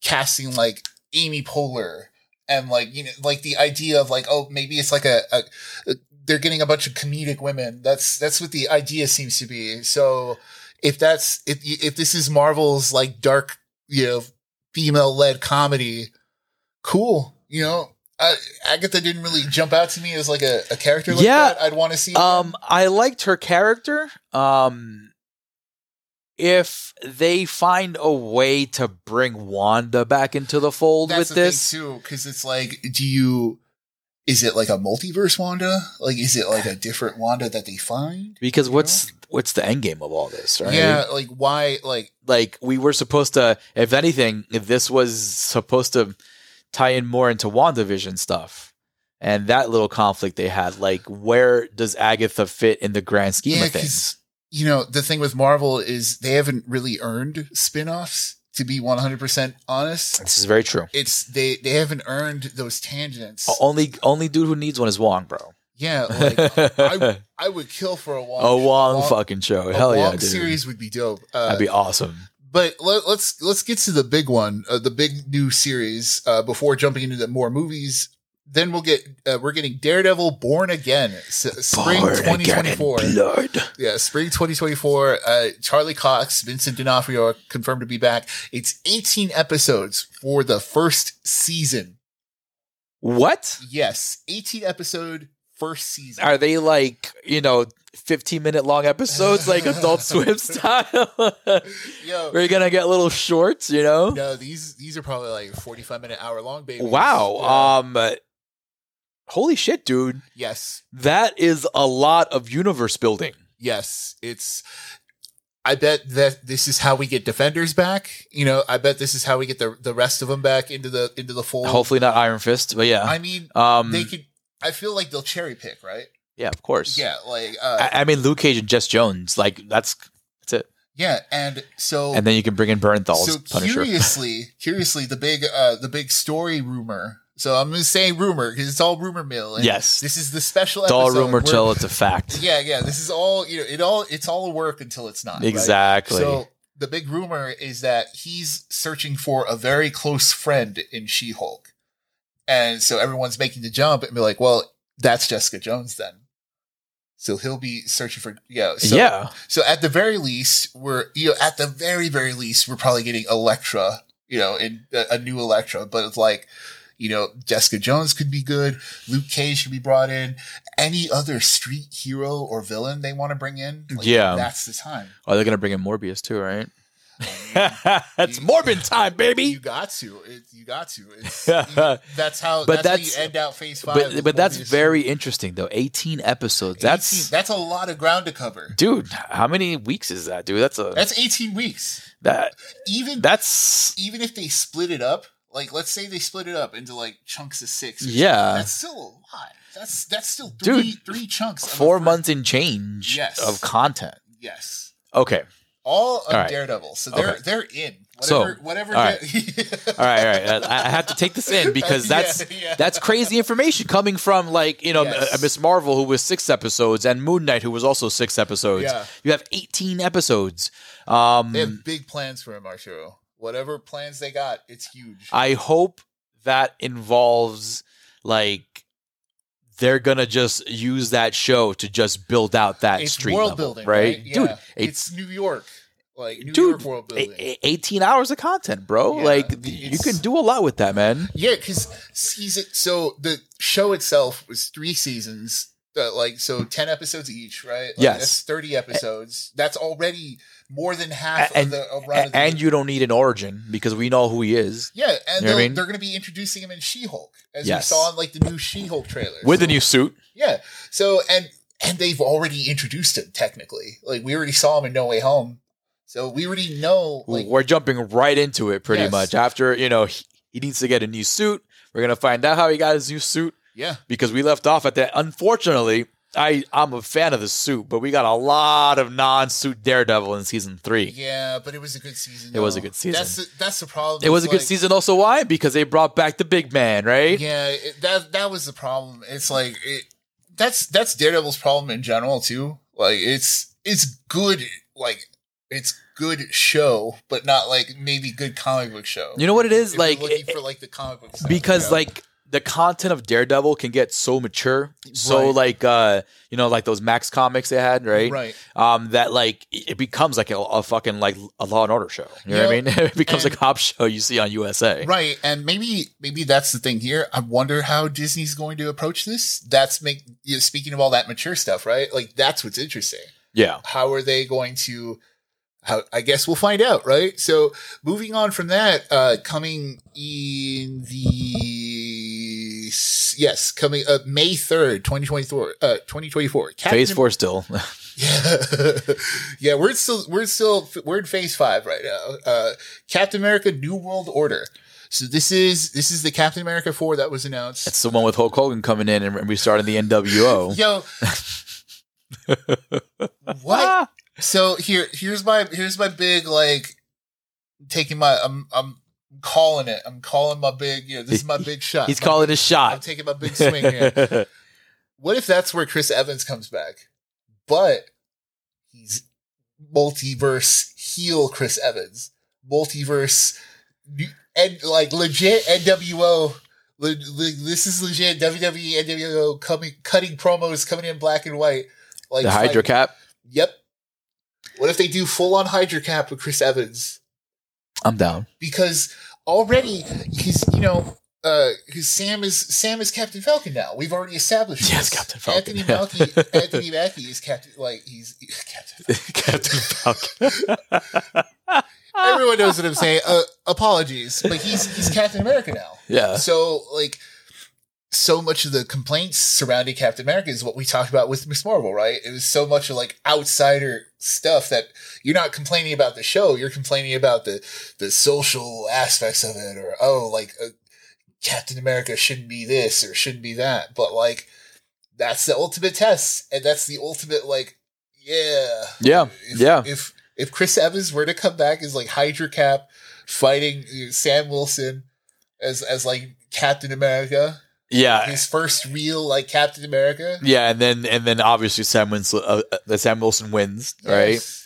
casting like Amy Poehler and like, you know, like the idea of like, oh, maybe it's like a, a they're getting a bunch of comedic women. That's, that's what the idea seems to be. So if that's, if, you- if this is Marvel's like dark, you know, female led comedy, cool, you know, I, Agatha didn't really jump out to me as like a, a character like Yeah. that. I'd want to see. Um, I liked her character. Um, if they find a way to bring Wanda back into the fold with That's the this, thing too, because it's like, do you? Is it like a multiverse Wanda? Like, is it like a different Wanda that they find? because you what's what's the end game of all this, right? Yeah, like why? Like, like we were supposed to if anything if this was supposed to tie in more into wandavision stuff and that little conflict they had. Like, where does Agatha fit in the grand scheme Yeah, of 'cause- things? You know, the thing with Marvel is they haven't really earned spin-offs to be 100% honest. This is very true. It's they they haven't earned those tangents. Only only dude who needs one is Wong, bro. Yeah, like I, I would kill for a Wong. a Wong Wong- fucking show. a Hell yeah, Wong dude. series would be dope. Uh, That'd be awesome. but let, let's let's get to the big one, uh, the big new series uh, before jumping into the more movies. Then we'll get uh, we're getting Daredevil Born Again, s- spring Born again in 2024. Blood. Yeah, spring 2024. Uh, Charlie Cox, Vincent D'Onofrio are confirmed to be back. It's 18 episodes for the first season. What? Yes, 18 episode first season. Are they like, you know, 15 minute long episodes like Adult Swim style? Yo, We're going to get little shorts, you know? no, these these are probably like 45 minute hour long babies. Wow. Yeah. Um Holy shit, dude. yes, That is a lot of universe building. yes, it's. I bet that this is how we get defenders back. You know, I bet this is how we get the the rest of them back into the into the fold. Hopefully not Iron Fist, but yeah. I mean, Um they could. I feel like they'll cherry pick, right? yeah, of course. Yeah, like uh, I, I mean Luke Cage and Jess Jones, like that's Yeah, and so and then you can bring in Bernthal's so Punisher. curiously, curiously, the big uh the big story rumor. So I'm gonna say rumor because it's all rumor mill. and Yes. this is the special. It's all episode rumor where- till it's a fact. Yeah, yeah. This is all you know. It all it's all a work until it's not. right? Exactly. So the big rumor is that he's searching for a very close friend in She-Hulk, and so everyone's making the jump and be like, "Well, that's Jessica Jones then." So he'll be searching for yeah. So yeah. so at the very least, we're you know at the very very least, we're probably getting Electra, you know, in a, a new Electra. But it's like, you know, Jessica Jones could be good. Luke Cage could be brought in. Any other street hero or villain they want to bring in, like, Yeah. that's the time. Oh, they're gonna bring in Morbius too, right? it's you- Morbin time, baby. You got to, it, you got to. It's, you know, that's how. But But that's, that's- how you end out Phase Five. But with but that's Morbius. very interesting though. 18 episodes. 18 That's that's a lot of ground to cover. dude. How many weeks is that, dude? That's a That's eighteen weeks. that Even that's even if they split it up, like let's say they split it up into like chunks of six. or something, yeah. that's still a lot. That's that's still three Dude, three chunks. of a Four fir- months in change Yes. of content. Yes, Okay. all of All right. Daredevil. So they're Okay. they're in So, whatever whatever. all right. da- All right, all right. I, I have to take this in because Yeah, that's yeah. that's crazy information coming from like you know Yes. uh, Miss Marvel who was six episodes and Moon Knight who was also six episodes. Yeah. You have eighteen episodes. Um, They have big plans for him, Arturo. Whatever plans they got, it's huge. I hope that involves like they're gonna just use that show to just build out that it's street world level, building, right, right? dude? Yeah. it- it's New York, like New Dude, York world a- building. a- eighteen hours of content, bro. Yeah, like th- you it's- can do a lot with that, man. Yeah, because season. So the show itself was three seasons, uh, like so ten episodes each, right? Like, Yes. that's thirty episodes. That's already more than half A- and- of the of A- run of the and you don't need an origin because we know who he is Yeah, You and know what I they'll- mean? they're going to be introducing him in She-Hulk, as Yes. we saw in like the new She-Hulk trailer. with so, a new suit. yeah. So and and they've already introduced him technically. Like we already saw him in No Way Home, so we already know. Like we're jumping right into it pretty Yes. much after you know he, he needs to get a new suit we're gonna find out how he got his new suit yeah, because we left off at that unfortunately i i'm a fan of the suit but we got a lot of non-suit daredevil in season three yeah, but it was a good season. It was a though. good season. That's the, that's the problem. it was a It's good like- season also why because they brought back the big man right Yeah, it, that that was the problem. It's like it, that's that's Daredevil's problem in general too. Like it's it's good, like it's good show, but not like maybe good comic book show. you know what it is If you're like looking it- for like the comic book stuff, because you know? like the content of daredevil can get so mature so Right. like uh you know like those max comics they had right right, um, that like it it becomes like a, a fucking like a Law and Order show. You know what I Yeah. mean? it becomes And- a cop show you see on USA. right, and maybe maybe that's the thing here. I wonder how Disney's going to approach this. That's make you know, speaking of all that mature stuff, right? Like that's what's interesting. Yeah, how are they going to how I guess we'll find out, right? So moving on from that, uh coming in the yes, coming up May 3rd, 2024, uh 2024. Captain Phase Four still. Yeah. yeah, we're still we're still we're in phase 5 right now. Uh Captain America New World Order. So this is this is the Captain America four that was announced. It's the one with Hulk Hogan coming in and restarting the NWO. Yo, what? Ah! So here here's my here's my big like taking my I'm I'm calling it. I'm calling my big. You know, this is my big shot. He's My calling his I'm shot. taking my big swing here. What if that's where Chris Evans comes back, but he's multiverse heel Chris Evans, multiverse, and like legit NWO. le- le- This is legit E WWE NWO coming cutting promos coming in black and white. Like the Hydra like- Cap. Yep. What if they do full on Hydra Cap with Chris Evans? I'm down. because already he's you know uh 'cause Sam is Sam is Captain Falcon now. We've already established. Yes, this. Captain Falcon, Anthony yeah. Mackie. Anthony Mackie is Captain. Like he's Captain. Falcon. Captain Falcon. Everyone knows what I'm saying. Uh, apologies, but he's he's Captain America now. Yeah. So like, so much of the complaints surrounding Captain America is what we talked about with Miss Marvel, right? It was so much of like outsider stuff that you're not complaining about the show. You're complaining about the the social aspects of it, or oh, like uh, Captain America shouldn't be this or shouldn't be that. But like, that's the ultimate test, and that's the ultimate like, yeah, Yeah. if, Yeah. If if Chris Evans were to come back as like Hydra Cap fighting uh, Sam Wilson as as like Captain America, Yeah. his first real like Captain America, Yeah, and then and then obviously Sam Wilson, uh, uh, Sam Wilson wins, right? Yes.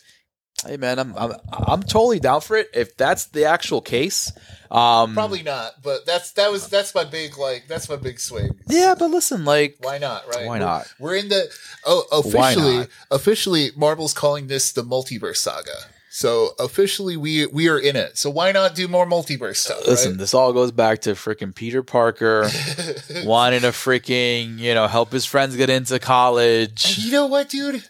Hey man, I'm I'm I'm totally down for it if that's the actual case. Um Probably not, but that's that was that's my big like that's my big swing. Yeah, but listen, like Why not? Right? Why not? We're, we're in the oh Why officially not? officially Marvel's calling this the multiverse saga. So officially we we are in it. So why not do more multiverse stuff? listen, this all goes back to freaking Peter Parker right? wanting to freaking, you know, help his friends get into And college. you know what, dude?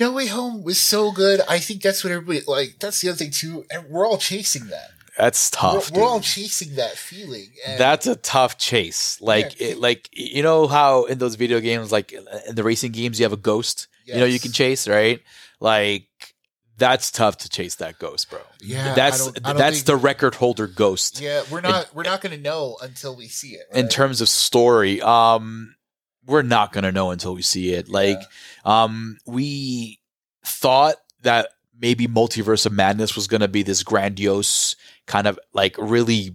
No Way Home was so good. I think that's what everybody like. That's the other thing too. And we're all chasing that. That's We're- tough. we're, all dude. chasing that feeling. And That's a tough chase. Like Yeah. it, like you know how in those video games like in the racing games you have a ghost, you know you yes. can chase, right? Like that's tough to chase that ghost, bro. Yeah, I that's don't- I don't that's think- the record holder ghost Yeah, we're not. we're not going to know until we see it. in right? terms of story. Um, we're not gonna know until we see it. Like, um, we thought that maybe Multiverse of Madness was gonna be this grandiose kind of like really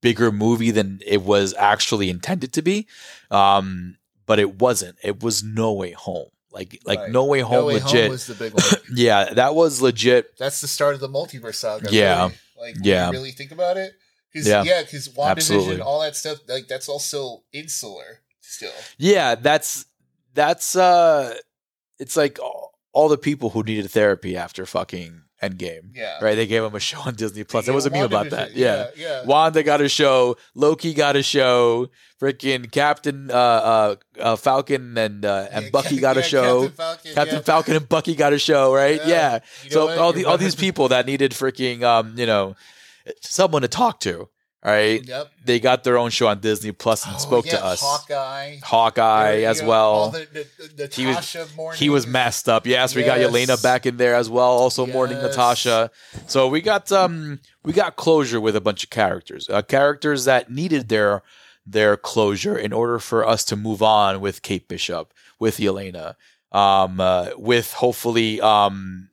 bigger movie than it was actually intended to be. Um, but it wasn't. It was No Way Home. Like, like Right. No Way No Home, Way legit. Home was the big one. yeah, that was legit. that's the start of the multiverse saga. Yeah. really. like when Yeah. you really think about it. Cause, Yeah. yeah, because WandaVision, Absolutely. all that stuff, like that's also insular still. Yeah, that's that's uh it's like all, all the people who needed therapy after fucking Endgame. Yeah, Right? They gave him a show on Disney Plus. Yeah, There was a meme about WandaVision, that. Yeah. yeah, yeah. Wanda got a show, Loki got a show, freaking Captain uh uh, uh Falcon and uh, and Yeah, Bucky Cap- got a yeah, show. Captain Captain, Falcon, yeah. Falcon and Bucky got a show, right? Yeah. Yeah. You know So what? all You're the all right. these people that needed freaking um, you know, someone to talk to, right? Yep. They got their own show on Disney Plus and Mm. Oh, spoke yeah, to us. Hawkeye. Hawkeye Yeah, as yeah, well. all the- the- the He was- Natasha mourning. he was messed up. Yes, we got Yes. Yelena back in there as well, also mourning Yes. Natasha. So we got um we got closure with a bunch of characters. Uh, characters that needed their their closure in order for us to move on with Kate Bishop, with Yelena, um uh, with hopefully um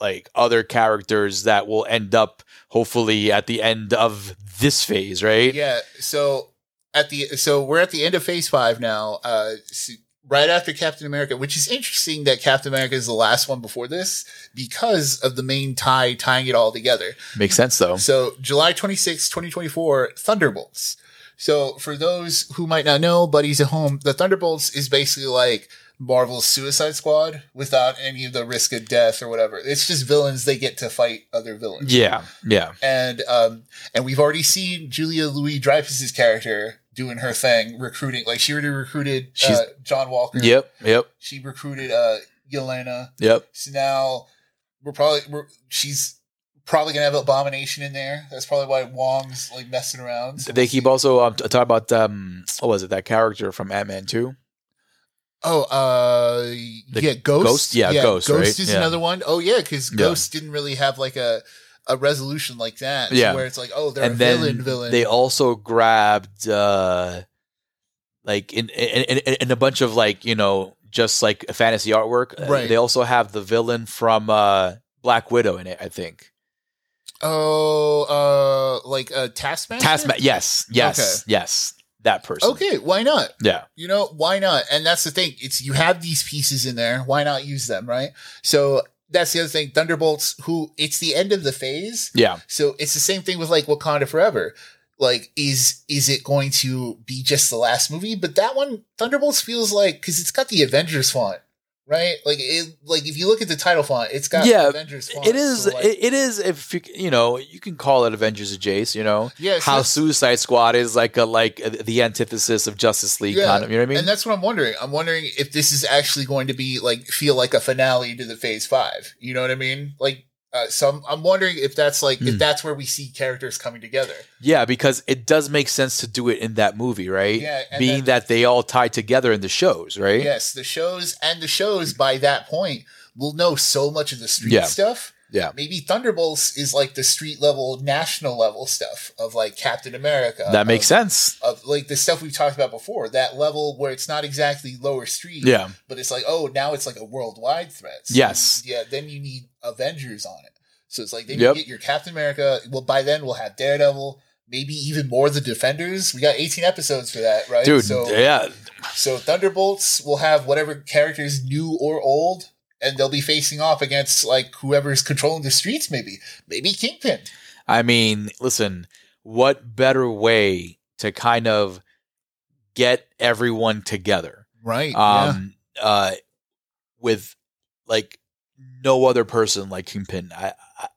like other characters that will end up hopefully at the end of this phase, right? Yeah. So at the so we're at the end of Phase Five now. Uh, s- right after Captain America, which is interesting that Captain America is the last one before this because of the main tie tying it all together. Makes sense though. So July 26, 2024, Thunderbolts. So for those who might not know, buddies at home, the Thunderbolts is basically like Marvel's Suicide Squad without any of the risk of death or whatever. It's just villains they get to fight other villains. Yeah, yeah. And um and we've already seen Julia Louis Dreyfus's character doing her thing, recruiting like she already recruited She's- uh, John Walker. Yep, yep, She recruited uh Yelena. yep. So now we're probably we're, she's probably gonna have Abomination in there. That's probably why Wong's like messing around. So They we'll keep see. also um, t- talking about um, what was it that character from Ant Man two? Oh, uh, yeah, Ghost. Ghost? Yeah, Ghost, right? is Yeah. another one. Oh, yeah, because Yeah. Ghost didn't really have like a a resolution like that, Yeah. where it's like, oh, they're a and then villain, villain. they also grabbed uh like in in, in in a bunch of like you know just like fantasy artwork uh, Right. they also have the villain from uh black widow in it i think oh, uh, like a Taskmaster. taskmaster yes yes yes that person Okay, why not? yeah You know, why not? And that's the thing. It's you have these pieces in there. Why not use them, right? So that's the other thing. Thunderbolts, who it's the end of the phase. yeah So it's the same thing with like Wakanda Forever. Like, is is it going to be just the last movie? But that one, Thunderbolts, feels like because it's got the Avengers font, right? Like, it, like if you look at the title font, it's got Yeah, Avengers font. it is So, like, it, it is if you you know you can call it avengers adjacent you know yeah, so how that's- suicide squad is like a like uh, the antithesis of justice league Yeah, kind of you know what i mean And that's what I'm wondering. I'm wondering if this is actually going to be like feel like a finale to the Phase Five. You know what I mean? Like, uh, so I'm, I'm wondering if that's like if Hmm. that's where we see characters coming together. Yeah, because it does make sense to do it in that movie, right? Yeah, and Being then- that they all tie together in the shows, right? Yes, the shows and the shows by that point will know so much of the street Yeah. stuff. Yeah. Maybe Thunderbolts is like the street level, national level stuff of like Captain America. That makes of- sense. Of like the stuff we've talked about before, that level where it's not exactly lower street, Yeah. but it's like, oh, now it's like a worldwide threat. So Yes. you- yeah, then you need Avengers on it. So it's like then Yep. you get your Captain America. Well, by then we'll have Daredevil, maybe even more the Defenders. We got 18 episodes for that, right? Dude, so, yeah. so Thunderbolts will have whatever characters new or old, and they'll be facing off against like whoever's controlling the streets, maybe. Maybe Kingpin. I mean, listen, what better way to kind of get everyone together? Right. Um uh with like no other person like Kingpin I, I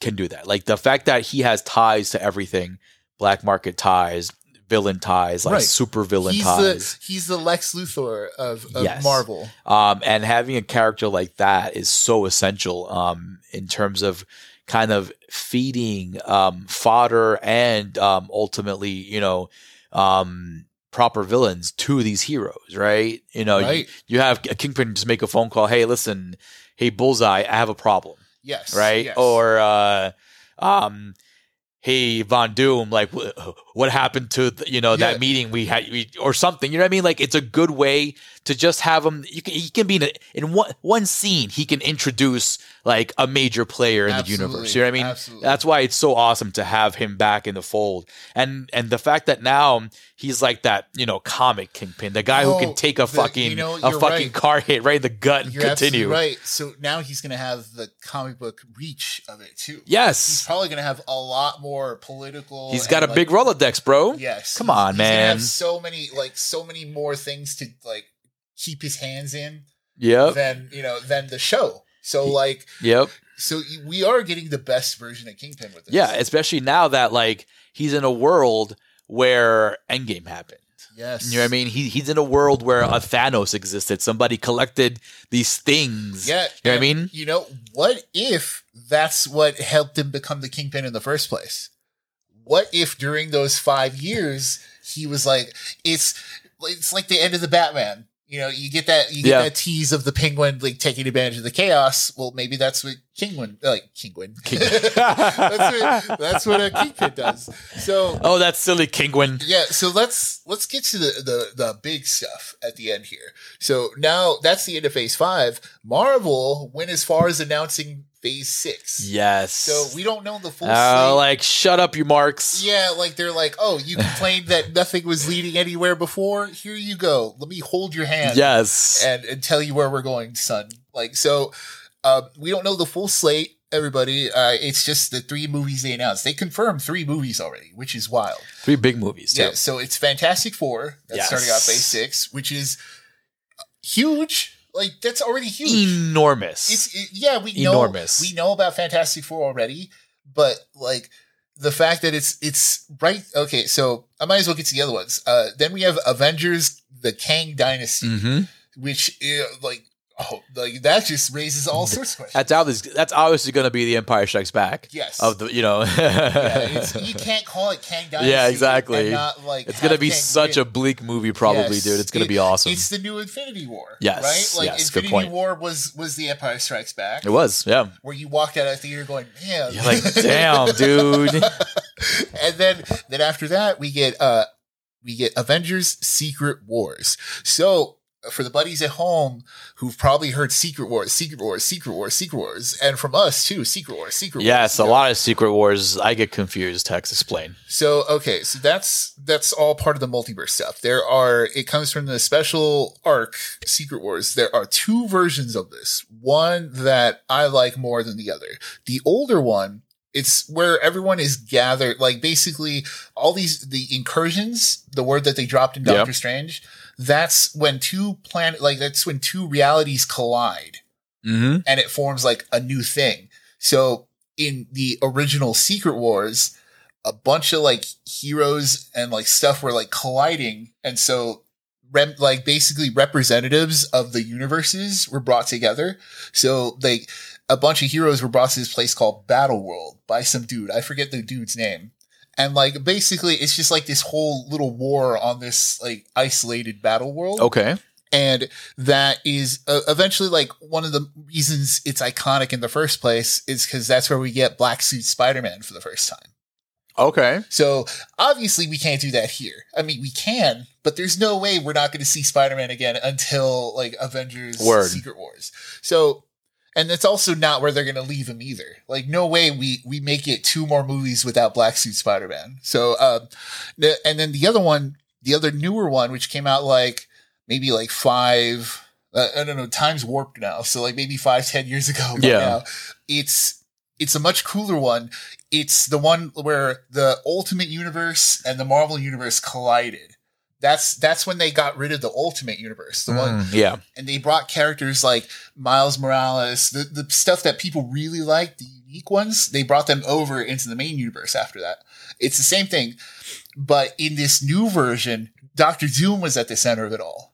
can do that. Like the fact that he has ties to everything, black market ties, villain ties, like Right. super villain he's ties. the he's the Lex Luthor of, of Yes. Marvel. um, and having a character like that is so essential um, in terms of kind of feeding um, fodder and um, ultimately you know um, proper villains to these heroes right you know you- right. you, have a kingpin just make a phone call hey listen hey bullseye i have a problem Yes. right yes. or uh, um, hey von doom like wh- what happened to th- you know Yeah. that meeting we had we, or something you know what i mean like it's a good way to just have him you can he can be in, a, in one, one scene he can introduce like a major player in the universe you know what i mean Absolutely. that's why it's so awesome to have him back in the fold and and the fact that now he's like that you know comic kingpin the guy who No, can take a the- you fucking know, a you're fucking right. car hit right in the gut and You're absolutely continue right. So now he's going to have the comic book reach of it too. yes He's probably going to have a lot more political. He's and, got a like, big Rolodex, bro. Yes. Come he's- on, he's gonna man. have so many like so many more things to like keep his hands in Yep. than you know than the show. So like Yep. so y- we are getting the best version of Kingpin with this. Yeah. Especially now that like he's in a world where Endgame happened. Yes. You know what I mean? He, he's in a world where a Thanos existed. Somebody collected these things. Yeah. You know what I and, mean? You know, what if that's what helped him become the kingpin in the first place? What if during those five years he was like, it's it's like the end of the Batman. You know, you get that you get Yeah. that tease of the penguin like taking advantage of the chaos. Well, maybe that's what Kingwin like Kingwin. that's what that's what a kingpin does. So Oh, that's silly Kingwin. yeah, so let's let's get to the, the the big stuff at the end here. So now that's the end of phase five. Marvel went as far as announcing phase six. Yes. So we don't know the full Oh, slate. like shut up, you marks. yeah, like they're like, oh, you complained that nothing was leading anywhere before. Here you go. Let me hold your hand Yes. and, and tell you where we're going, son. Like so, um, we don't know the full slate. Everybody, uh, it's just the three movies they announced. They confirmed three movies already, which is wild. Three big movies. Too. Yeah, so it's Fantastic Four that's Yes. starting out phase six, which is huge. Like that's already huge. Enormous. It's it- yeah, we Enormous. know we know about Fantastic Four already, but like the fact that it's it's right. Okay, so I might as well get to the other Mm. ones. Uh, then we have Avengers: The Kang Dynasty, mm-hmm. which uh, like Oh, like that just raises all sorts of questions. That's obviously that's obviously going to be the Empire Strikes Back Yes. of the you know. yeah, it's, you can't call it Kang Dynasty. Yeah, exactly. and not, like, It's gonna have be Kang such win. a bleak movie, probably, Yes. dude. It's gonna It- be awesome. It's the new Infinity War. Yes, Right? Like yes, good Infinity point. War was was the Empire Strikes Back. It was, yeah. Where you walked out of the theater going, man. You're like, damn, dude. and then then after that we get uh we get Avengers Secret Wars. So for the buddies at home who've probably heard Secret Wars, Secret Wars, Secret Wars, Secret Wars, and from us too, Secret Wars, Secret Wars. Yes, a you know? lot of Secret Wars. I get confused. Hex, explain. So okay, so that's that's all part of the multiverse stuff. There are it comes from the special arc Secret Wars. There are two versions of this. One that I like more than the other. The older one, it's where everyone is gathered like basically all these the incursions, the word that they dropped in Yep. Doctor Strange, that's when two planet like that's when two realities collide Mm-hmm. and it forms like a new thing. So in the original Secret Wars, a bunch of like heroes and like stuff were like colliding, and so rem- like basically representatives of the universes were brought together. So like a bunch of heroes were brought to this place called Battle World by some dude. I forget the dude's name. And like basically it's just like this whole little war on this like isolated battle world Okay. and that is uh, eventually like one of the reasons it's iconic in the first place is because that's where we get black suit spider-man for the first time Okay. so obviously we can't do that here i mean we can but there's no way we're not going to see spider-man again until like avengers Word. secret wars so and that's also not where they're going to leave him either like no way we we make it two more movies without black suit spider-man so um the- and then the other one the other newer one which came out like maybe like five uh, i don't know time's warped now so like maybe five ten years ago by Yeah. now, it's it's a much cooler one it's the one where the ultimate universe and the marvel universe collided that's that's when they got rid of the ultimate universe the one Mm, yeah. and they brought characters like miles morales the, the stuff that people really liked the unique ones they brought them over into the main universe after that it's the same thing but in this new version dr doom was at the center of it all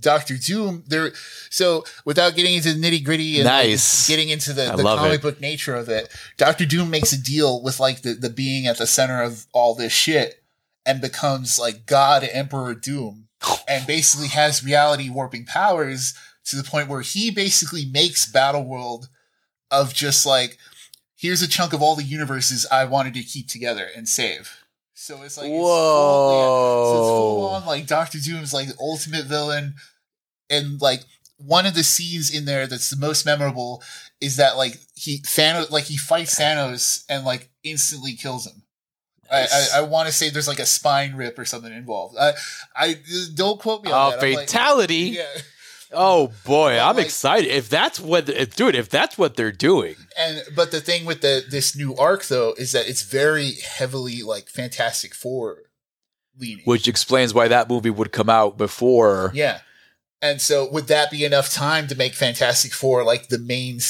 Doctor Doom, there. So, without getting into the nitty gritty and like, Nice. getting into the, I the love comic it. book nature of it, Doctor Doom makes a deal with like the, the being at the center of all this shit and becomes like God Emperor Doom and basically has reality warping powers to the point where he basically makes Battleworld of just like here's a chunk of all the universes I wanted to keep together and save. So it's like it's full- yeah. So it's full Whoa. on like Doctor Doom's like the ultimate villain, and like one of the scenes in there that's the most memorable is that like he Thanos like he fights Thanos and like instantly kills him. Nice. I I, I want to say there's like a spine rip or something involved. I I don't quote me on Oh, that. I'm like- fatality! yeah. Oh boy, I'm I'm like- excited. If that's what, if, dude, if that's what they're doing, And but the thing with the this new arc though is that it's very heavily like Fantastic Four leaning. which explains why that movie would come out before. Yeah. And so would that be enough time to make Fantastic Four like the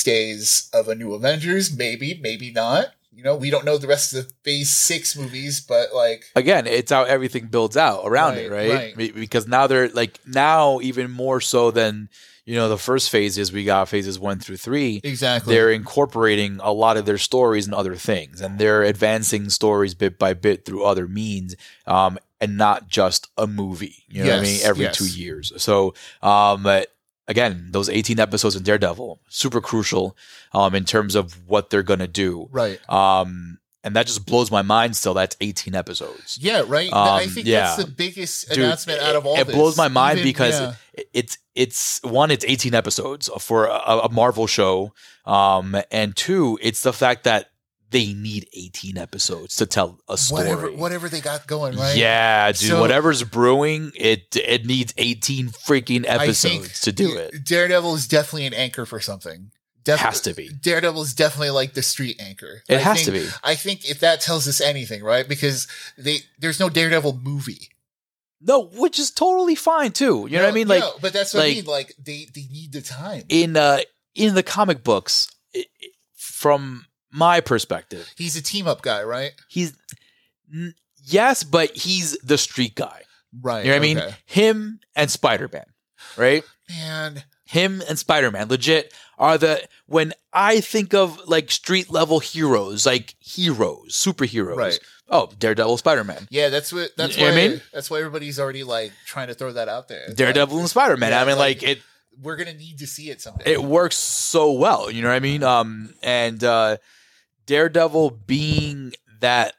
mainstays of a new Avengers? Maybe, maybe not. You know, we don't know the rest of the phase six movies, but like Again, it's how everything builds out around it, Right, right? right. Be- Because now they're like now even more so than you know the first phases we got phases one through three. Exactly. They're incorporating a lot of their stories and other things, and they're advancing stories bit by bit through other means, um, and not just a movie. You know what I Yes, mean? Every yes. two years. So, um, again, those 18 episodes in Daredevil, super crucial um, in terms of what they're going to do. right. Um, and that just blows my mind still. That's 18 episodes. Yeah, right. Um, I think yeah. that's the biggest Dude, announcement out of all it this. blows my mind Even- because yeah. it- it's it's one it's 18 episodes for a, a Marvel show um and two it's the fact that they need 18 episodes to tell a story whatever whatever they got going, right? yeah dude So- whatever's brewing it it needs 18 freaking episodes to do it Daredevil is definitely an anchor for something. Def- has to be Daredevil is definitely like the street anchor. it I has think to be I think if that tells us anything, right? Because they there's no Daredevil movie. no which is totally fine too you know what I No, mean like no, but that's what I like- mean. Like they they need the time. in uh in the comic books i i- from my perspective He's a team up guy, right? he's n- yes, but he's the street guy. Right. You know what I mean? okay. Him and Spider Man, right? Man, Him and Spider Man, legit, are the when I think of like street level heroes, like heroes, superheroes. Right. Oh, Daredevil, Spider Man. Yeah, that's what. That's You know why. what I mean? That's why everybody's already like trying to throw that out there. Daredevil and Spider Man. Yeah, I mean, like- like it Like, we're gonna need to see it someday. it works so well. You know what I mean? Um, and uh, Daredevil being that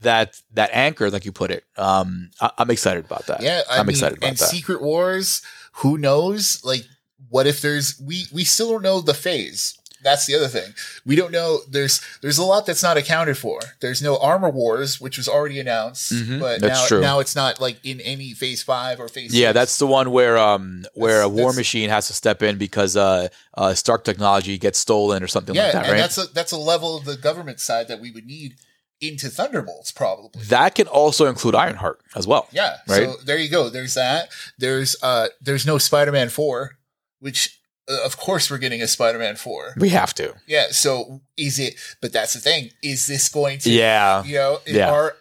that that anchor, like you put it. Um, I, I'm excited about that. yeah, I I'm mean, excited about and that. Secret Wars. Who knows? Like, what if there's we we still don't know the phase. That's the other thing. We don't know. There's there's a lot that's not accounted for. There's no Armor Wars, which was already announced, Mhm, but that's now true. now it's not like in any Phase Five or Phase. Yeah, six. that's the one where um where That's- a war that's- machine has to step in because uh, uh Stark technology gets stolen or something yeah, like that, and right? that's a that's a level of the government side that we would need into Thunderbolts probably. that can also include Ironheart as well. Yeah. So Right. there you go. There's that. There's uh there's no Spider-Man 4, which uh, of course we're getting a Spider-Man 4. We have to. Yeah, so is it but that's the thing. Is this going to Yeah. you know, it- Yeah. are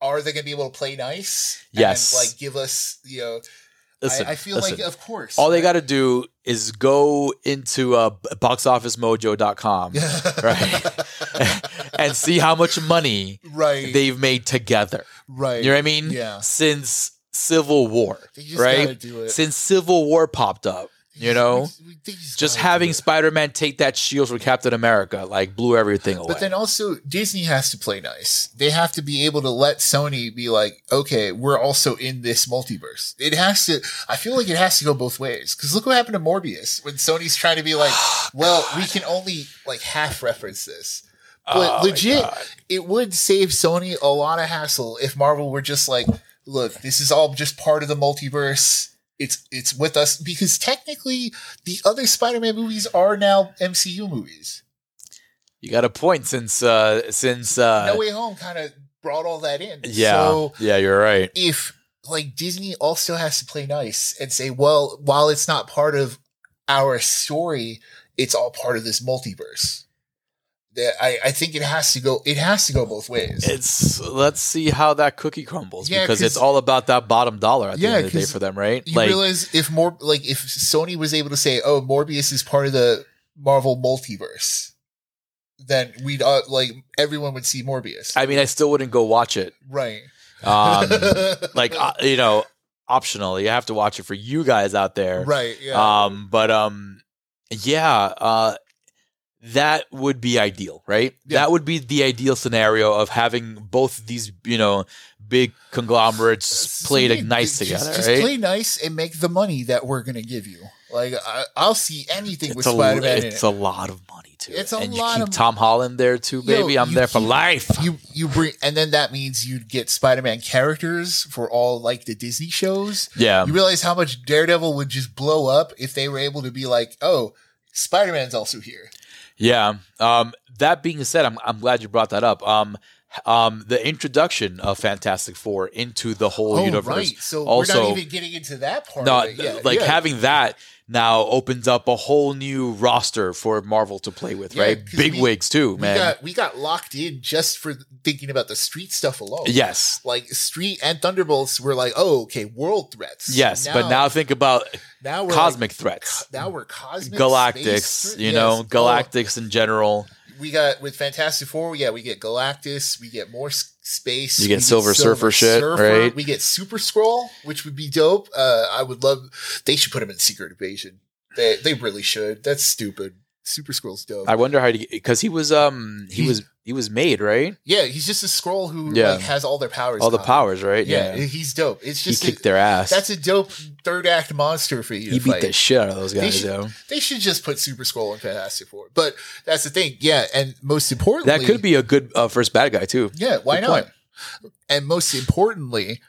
are they going to be able to play nice? Yes. And like give us, you know, Listen, I, I feel listen. like of course. all they got to do is go into uh, boxofficemojo.com right. and see how much money right. they've made together. right. You know what I mean? Yeah. Since Civil War, They just gotta right? do it. Since Civil War popped up, you know? We- they just gotta do having it. Spider Man take that shield from Captain America like blew everything away. But then also Disney has to play nice. They have to be able to let Sony be like, okay, we're also in this multiverse. It has to. I feel like it has to go both ways. Because look what happened to Morbius when Sony's trying to be like, Oh, well, we can only like half reference this. But Oh, legit, God. it would save Sony a lot of hassle if Marvel were just like, look, this is all just part of the multiverse. It's it's with us because technically the other Spider-Man movies are now MCU movies. you got a point since uh since uh No Way Home kind of brought all that in. yeah So yeah you're right if like Disney also has to play nice and say, well, while it's not part of our story, it's all part of this multiverse. That I, I think it has to go. It has to go both ways. it's let's see how that cookie crumbles Yeah, because 'cause- it's all about that bottom dollar at the Yeah, end of the day 'cause for them right you realize if more like if Sony was able to say, "Oh, Morbius is part of the Marvel multiverse," then we'd uh, like everyone would see Morbius, I mean I still wouldn't go watch it right? um like uh, you know optional you have to watch it for you guys out there right? Yeah. um but um yeah uh that would be ideal right Yeah. that would be the ideal scenario of having both these you know big conglomerates played Just- nice just- together Just right play nice and make the money that we're gonna give you. Like I, I'll see anything with a, Spider Man. it's a lot of money too It's a and you lot keep of- tom holland there too Yo, baby i'm you there for keep- life You you bring and then that means you'd get Spider Man characters for all like the Disney shows. yeah You realize how much Daredevil would just blow up if they were able to be like, oh, Spider Man's also here. yeah um that being said i'm, I'm glad you brought that up um um the introduction of fantastic four into the whole Oh, universe right. So we're Also- not even getting into that part. No, of it. Yeah, like yeah. having that now opens up a whole new roster for Marvel to play with, Yeah, right? 'cause Big we- wigs too, we man. got we got locked in just for thinking about the street stuff alone. yes. like Street and Thunderbolts were like, oh, okay, world threats. Yes, but now think about now we're cosmic Like, threats. now we're cosmic Galactics, space- you yes. know, Oh, Galactics in general. we got with Fantastic Four. Yeah, we get Galactus. We get more s- space. You get we Silver Surfer shit, right? We get Super Scroll, which would be dope. Uh, I would love. They should put him in Secret Invasion. They they really should. That's stupid. Super Scroll's dope. I wonder how because he was um he He- was he was made right, yeah, he's just a scroll who Yeah. like, has all their powers. all the now. powers right. Yeah, he's dope. It's he just a- kicked their ass. that's a dope third act monster for you. he to beat fight. the shit out of those guys should- though. They should just put Super Scroll in Fantastic Four. But that's the thing. Yeah, and most importantly, That could be a good uh, first bad guy too. Yeah, why Good not? And most importantly,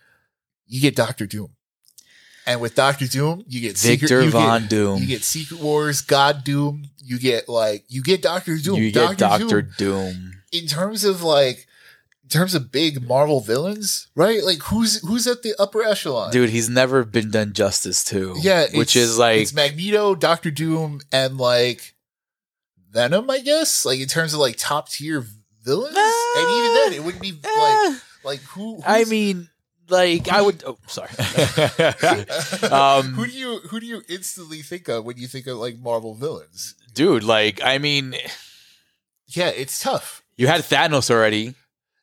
you get Doctor Doom. And with Doctor Doom, you get Victor Secret, you Von get, Doom. You get Secret Wars, God Doom. You get like you get Doctor Doom. You get Doctor Doom. Doom. In terms of like, in terms of big Marvel villains, right? Like who's who's at the upper echelon? dude he's never been done justice to Yeah, which it's- is like it's Magneto, Doctor Doom, and like Venom, I guess. Like in terms of like top tier villains, and even then, it wouldn't be like eh, like who. Ah. i who's- mean like I would. Oh, sorry. Um, who do you who do you instantly think of when you think of like Marvel villains? Dude, like I mean, Yeah, it's tough. you had Thanos already.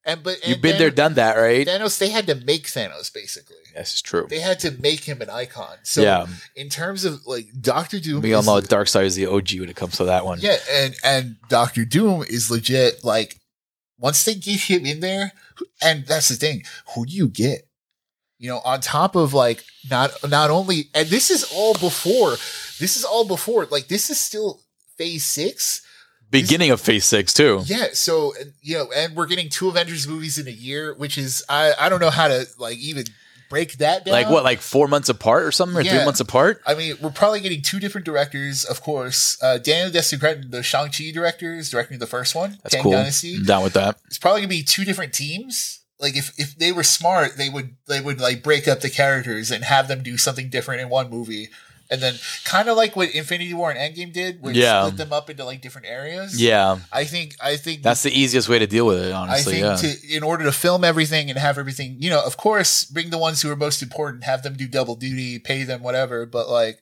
And but You've and been there, done then that, right? Thanos, they had to make Thanos basically. This is true. They had to make him an icon. So yeah, in terms of like Doctor Doom, we all is- know Dark Side is the OG when it comes to that one. Yeah, and and Doctor Doom is legit. Like once they get him in there, and that's the thing. Who do you get? You know, on top of like not not only, and this is all before. This is all before. Like this is still Phase Six. Beginning of Phase Six too. Yeah, so and, you know, and we're getting two Avengers movies in a year, which is I I don't know how to like even break that down. Like what, like four months apart or something, or three Yeah. months apart? I mean, we're probably getting two different directors, of course. Uh, Daniel Descrette, the Shang Chi director, is directing the first one. That's Tang cool. Dynasty. I'm down with that. It's probably gonna be two different teams. Like if if they were smart, they would they would like break up the characters and have them do something different in one movie, and then kind of like what Infinity War and Endgame did, where Yeah. split them up into like different areas. Yeah, I think I think that's the easiest way to deal with it, I honestly. think Yeah. to in order to film everything and have everything, you know, of course, bring the ones who are most important, have them do double duty, pay them whatever. But like,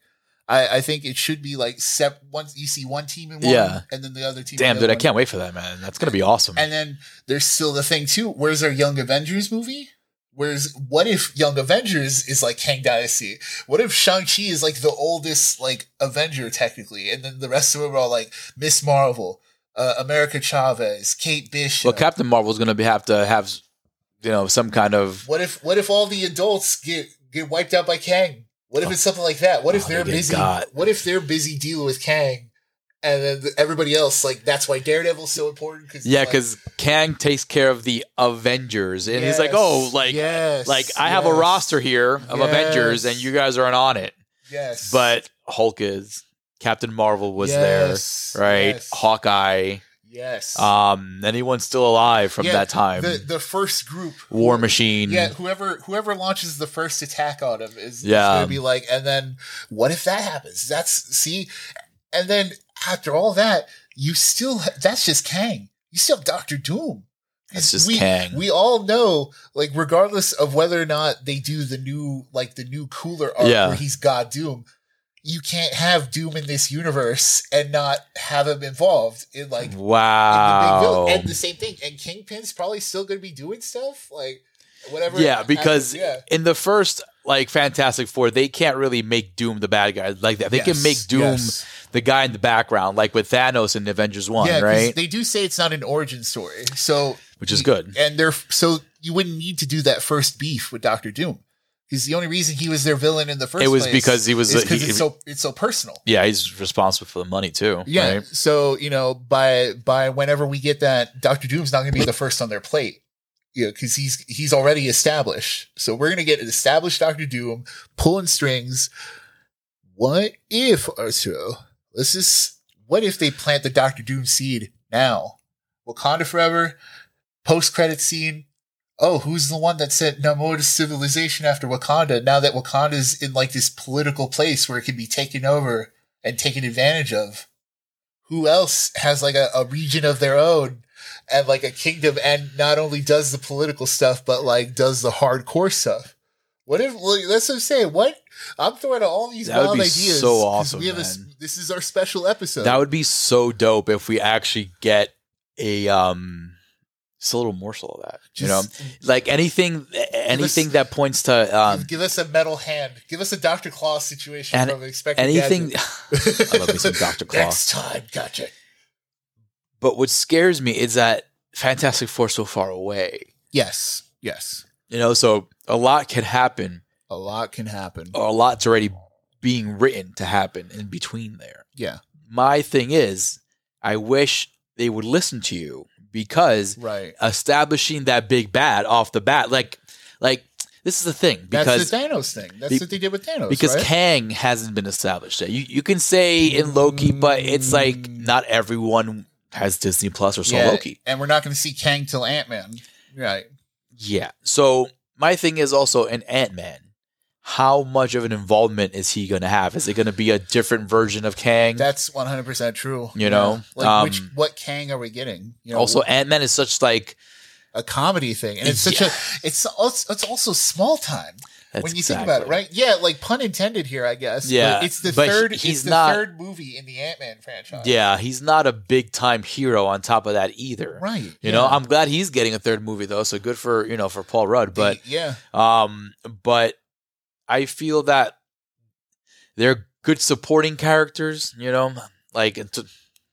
I, I think it should be like sep once you see one team in one, Yeah. and then the other team. in Damn, the dude, other I can't wait for that, man. That's gonna be awesome. one. And then there's still the thing too. Where's our Young Avengers movie? Where's what if Young Avengers is like Kang Dynasty? What if Shang Chi is like the oldest like Avenger technically, and then the rest of them are all like Miss Marvel, uh, America Chavez, Kate Bishop. Well, Captain Marvel's gonna be, have to have, you know, some kind of What if what if all the adults get get wiped out by Kang? What if it's something like that? What if Oh, they're they get busy? got. What if they're busy dealing with Kang, and then th- everybody else like that's why Daredevil's so important? Cause yeah, like- because Kang takes care of the Avengers, and he's like, Yes, oh, like, yes, like I have a yes, roster here of Yes. Avengers, and you guys aren't on it. Yes, But Hulk is, Captain Marvel was Yes, there, right? yes, Hawkeye, Yes, um, anyone still alive from Yeah, that time? the the first group War Machine. Yeah, whoever whoever launches the first attack on him is, Yeah. going to be like, and then what if that happens? That's see, and then after all that, you still that's just Kang. You still have Doctor Doom. That's just we, Kang. We all know, like, regardless of whether or not they do the new, like, the new cooler arc Yeah. where he's God Doom, you can't have Doom in this universe and not have him involved in like in the big wow. villain. And the same thing. And Kingpin's probably still going to be doing stuff like whatever. Yeah, because yeah, in the first like Fantastic Four, they can't really make Doom the bad guy like that. They can Yes, make Doom yes. the guy in the background, like with Thanos in Avengers One, Yeah, 'cause right? They do say it's not an origin story, so Which is good. And they're so you wouldn't need to do that first beef with Doctor Doom because the only reason he was their villain in the first It was place because he was is a- 'cause he- it's so it's so personal. yeah, he's responsible for the money too. Yeah. right? So you know, by by whenever we get that, Doctor Doom's not going to be the first on their plate. You know, because he's he's already established. So we're going to get an established Doctor Doom pulling strings. What if Arturo? Let's just. What if they plant the Doctor Doom seed now? Wakanda forever. Post credit scene. Oh, who's the one that sent Namor to civilization after Wakanda? Now that Wakanda's in like this political place where it can be taken over and taken advantage of who else has like a, a region of their own and like a kingdom and not only does the political stuff but like does the hardcore stuff what if like, that's what i'm saying what i'm throwing out all these That would wild be ideas so 'cause awesome, we have a s- man. this is our special episode That would be so dope if we actually get a um just a little morsel of that. you know, Just like anything anything that points to um give- give us a metal hand give us a dr claw situation and from expecting anything i love me some Dr. Claw. next time gotcha but what scares me is that Fantastic Four so far away. yes yes You know, so a lot could happen. a lot can happen Or a lot's already being written to happen in between there. yeah My thing is, I wish they would listen to you because right establishing that big bad off the bat, like, like this is the thing because that's the thanos thing that's Be- what they did with thanos because right? Kang hasn't been established yet. You you can say in Loki, but it's like not everyone has Disney Plus or saw Mm. Yeah, Loki. And we're not going to see Kang till Ant Man. Right. Yeah. So my thing is also in Ant Man. How much of an involvement is he going to have? Is it going to be a different version of Kang? That's 100% true. You know, Yeah. Like, which, um, what Kang are we getting? You know, also, Ant Man is such like a comedy thing, and it's such Yeah. a it's also, it's also small time That's when you think about it, exactly- right? Yeah, like pun intended here, I guess. but Yeah, it's the but he- third. he's it's the not- third movie in the Ant Man franchise. Yeah, he's not a big time hero on top of that either. right. You know, yeah. I'm glad he's getting a third movie though, so good for, you know, for Paul Rudd, but The- yeah, Um, but I feel that they're good supporting characters. You know, like it t-